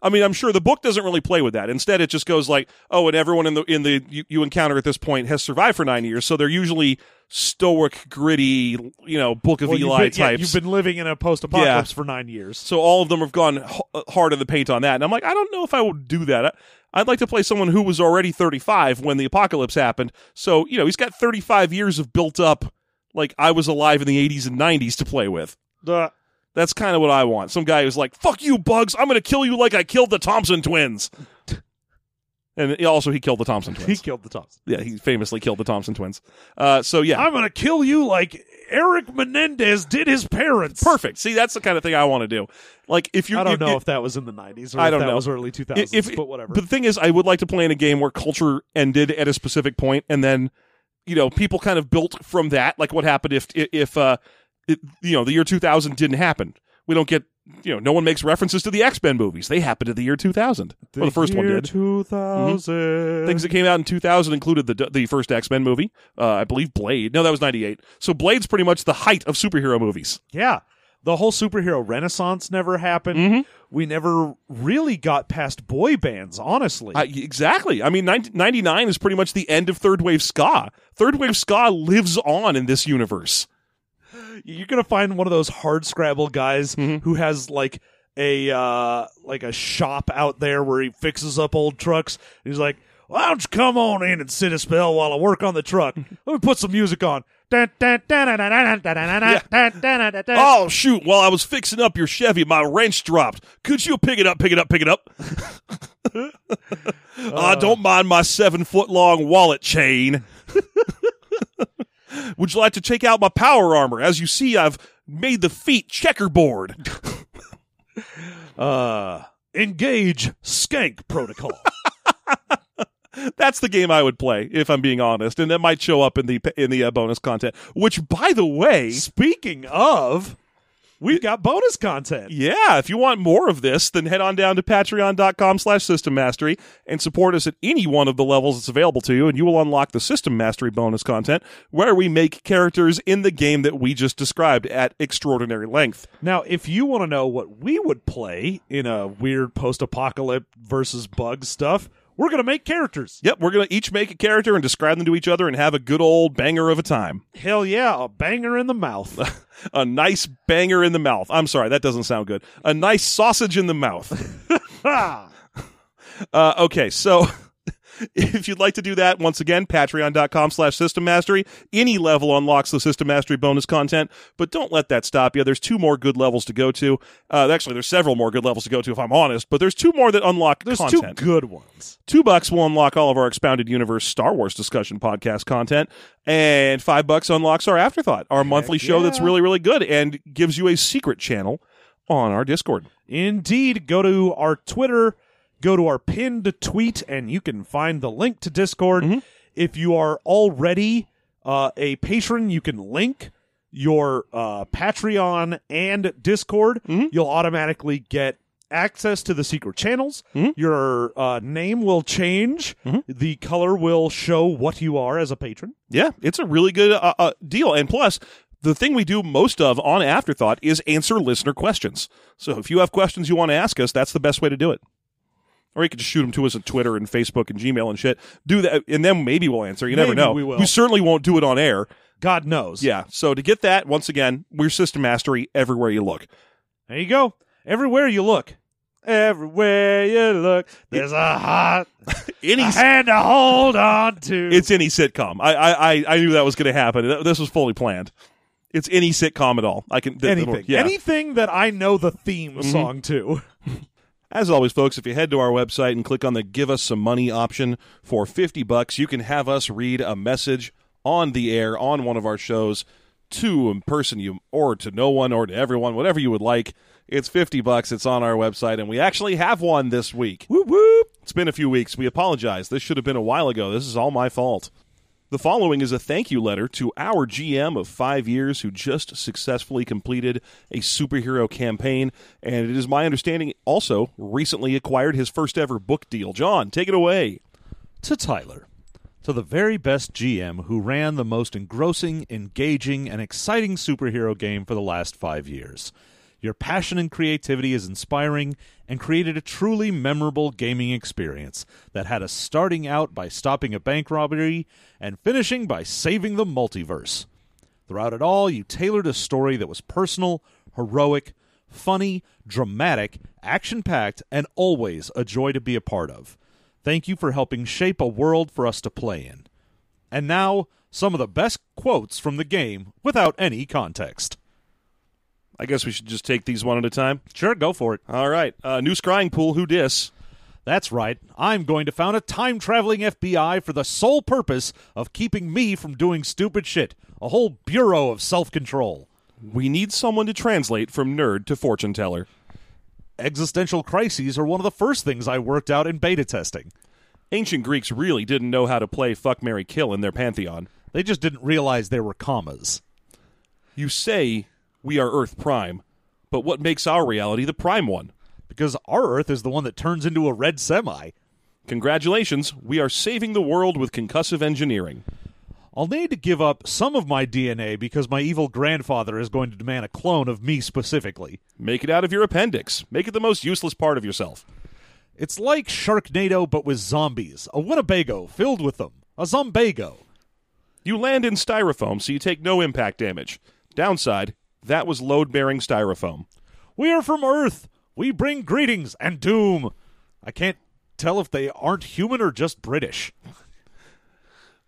I mean, I'm sure the book doesn't really play with that. Instead, it just goes like, oh, and everyone in the in the you, you encounter at this point has survived for nine years, so they're usually stoic, gritty, you know, Book of Well, you've Eli been, yeah, types. you've been living in a post-apocalypse for nine years. so all of them have gone h- hard in the paint on that, and I'm like, I don't know if I would do that. I, I'd like to play someone who was already 35 when the apocalypse happened, so you know he's got 35 years of built up, like I was alive in the 80s and 90s to play with. Uh, That's kind of what I want. Some guy who's like, "Fuck you, bugs! I'm gonna kill you like I killed the Thompson twins." And he- also, he killed the Thompson he twins. killed the Thompson. yeah, he famously killed the Thompson twins. Uh, so yeah, I'm gonna kill you like Eric Menendez did his parents. perfect. See, that's the kind of thing I want to do. Like, if you, I don't if- know if- if that was in the 90s or I if don't that know. was early 2000s, If- if- but whatever. but the thing is, I would like to play in a game where culture ended at a specific point, and then you know people kind of built from that. Like, what happened if if uh, it, you know the year 2000 didn't happen? We don't get you know no one makes references to the X Men movies. They happened in the year 2000. well, the first one year did. Mm-hmm. 2000. Things that came out in 2000 included the the first X Men movie, uh, I believe Blade. No, that was 98. So Blade's pretty much the height of superhero movies. Yeah. The whole superhero renaissance never happened. We never really got past boy bands, honestly. I, exactly. I mean, 90, 99 is pretty much the end of third wave ska. Third wave ska lives on in this universe. You're going to find one of those hard scrabble guys who has like a uh like a shop out there where he fixes up old trucks. He's like, Why don't you come on in and sit a spell while I work on the truck? Let me put some music on. Oh, Oh shoot! While I was fixing up your Chevy, my wrench dropped. Could you pick it up? Pick it up? Pick it up? uh, don't mind my seven foot long wallet chain. Would you like to take out my power armor? As you see, I've made the feet checkerboard. uh, engage skank protocol. That's the game I would play if I'm being honest, and that might show up in the in the uh, bonus content. Which, by the way, Speaking of, we've got bonus content. Yeah, if you want more of this, then head on down to patreon.com slash system mastery and support us at any one of the levels that's available to you, and you will unlock the system mastery bonus content where we make characters in the game that we just described at extraordinary length. Now, if you want to know what we would play in a weird post-apocalypse versus bug stuff, we're gonna make characters. Yep, we're going to each make a character and describe them to each other and have a good old banger of a time. Hell yeah, a banger in the mouth. A nice banger in the mouth. I'm sorry, that doesn't sound good. A nice sausage in the mouth. Ha! Uh, okay, so if you'd like to do that, once again, patreon.com slash system mastery. Any level unlocks the system mastery bonus content, but don't let that stop you. There's two more good levels to go to. Uh, actually, there's several more good levels to go to, if I'm honest, but there's two more that unlock There's content. two good ones. Two bucks will unlock all of our Expounded Universe Star Wars discussion podcast content, and five bucks unlocks our Afterthought, our monthly show that's yeah. really, really good and gives you a secret channel on our Discord. Indeed, go to our Twitter, go to our pinned tweet, and you can find the link to Discord. If you are already uh, a patron, you can link your uh, Patreon and Discord. You'll automatically get access to the secret channels. Your uh, name will change, the color will show what you are as a patron. Yeah, it's a really good uh, uh, deal. And plus, the thing we do most of on Afterthought is answer listener questions. So if you have questions you want to ask us, that's the best way to do it. Or you could just shoot them to us on Twitter and Facebook and Gmail and shit. Do that, and then maybe we'll answer. You never Maybe know. we will. certainly won't do it on air. God knows. Yeah. So to get that, once again, we're System Mastery everywhere you look. There you go. Everywhere you look. Everywhere you look, there's a hot Any, a hand to hold on to. it's any sitcom. I, I, I- I knew that was going to happen. Th- This was fully planned. It's any sitcom at all. I can th- anything, Yeah. anything that I know the theme Mm-hmm. song to. As always, folks, if you head to our website and click on the Give Us Some Money option for 50 bucks, you can have us read a message on the air on one of our shows to a person you or to no one or to everyone, whatever you would like. It's 50 bucks. It's on our website, and we actually have one this week. Whoop whoop. It's been a few weeks. We apologize. This should have been a while ago. This is all my fault. The following is a thank you letter to our GM of five years who just successfully completed a superhero campaign. And it is my understanding also recently acquired his first ever book deal. John, take it away. to Tyler, to the very best GM who ran the most engrossing, engaging, and exciting superhero game for the last five years. Your passion and creativity is inspiring and created a truly memorable gaming experience that had us starting out by stopping a bank robbery and finishing by saving the multiverse. Throughout it all, you tailored a story that was personal, heroic, funny, dramatic, action packed, and always a joy to be a part of. Thank you for helping shape a world for us to play in. And now, some of the best quotes from the game without any context. I guess we should just take these one at a time. Sure, go for it. All right. Uh, new scrying pool. Who dis? That's right. I'm going to found a time traveling FBI for the sole purpose of keeping me from doing stupid shit. A whole bureau of self control. We need someone to translate from nerd to fortune teller. Existential crises are one of the first things I worked out in beta testing. Ancient Greeks really didn't know how to play fuck, marry, kill in their pantheon. They just didn't realize there were commas. You say we are Earth Prime, but what makes our reality the prime one? Because our Earth is the one that turns into a red semi. Congratulations, we are saving the world with concussive engineering. I'll need to give up some of my DNA because my evil grandfather is going to demand a clone of me specifically. Make it out of your appendix. Make it the most useless part of yourself. It's like Sharknado but with zombies. A Winnebago filled with them. A Zombago. You land in styrofoam so you take no impact damage. Downside, that was load bearing styrofoam. We are from Earth. We bring greetings and doom. I can't tell if they aren't human or just British.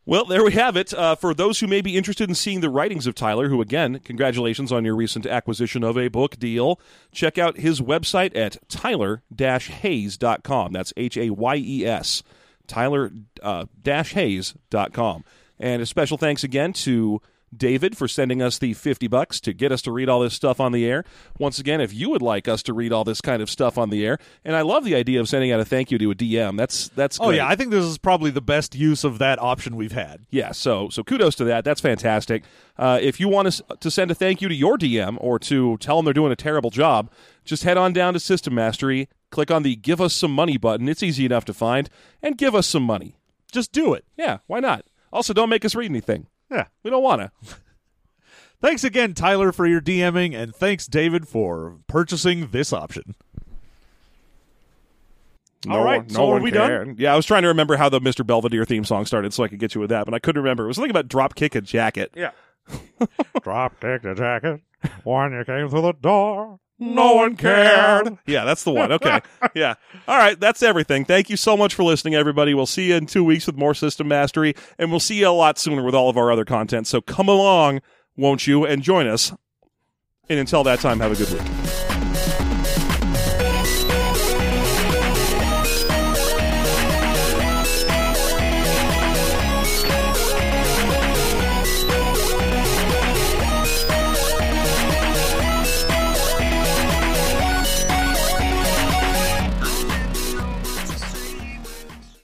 Well, there we have it. Uh, for those who may be interested in seeing the writings of Tyler, who, again, congratulations on your recent acquisition of a book deal, check out his website at tyler hayes.com. That's H A Y E S, tyler uh, hayes.com. And a special thanks again to David for sending us the 50 bucks to get us to read all this stuff on the air. Once again, if you would like us to read all this kind of stuff on the air, and I love the idea of sending out a thank you to a DM. That's that's Oh great. yeah, I think this is probably the best use of that option we've had. Yeah, so so kudos to that. That's fantastic. Uh, if you want us to send a thank you to your DM or to tell them they're doing a terrible job, just head on down to System Mastery, click on the "Give Us Some Money" button. It's easy enough to find, and give us some money. Just do it. Yeah, why not? Also, don't make us read anything. Yeah. We don't want to. Thanks again, Tyler, for your DMing, and thanks, David, for purchasing this option. No All right, one- so are one we done? can. Yeah, I was trying to remember how the Mr. Belvedere theme song started, so I could get you with that, but I couldn't remember. It was something about drop kick a jacket. Yeah. Drop, take the jacket. When you came through the door, No one cared. Yeah, that's the one. Okay. yeah. All right. That's everything. Thank you so much for listening, everybody. We'll see you in two weeks with more System Mastery, and we'll see you a lot sooner with all of our other content. So come along, won't you, and join us. And until that time, have a good week.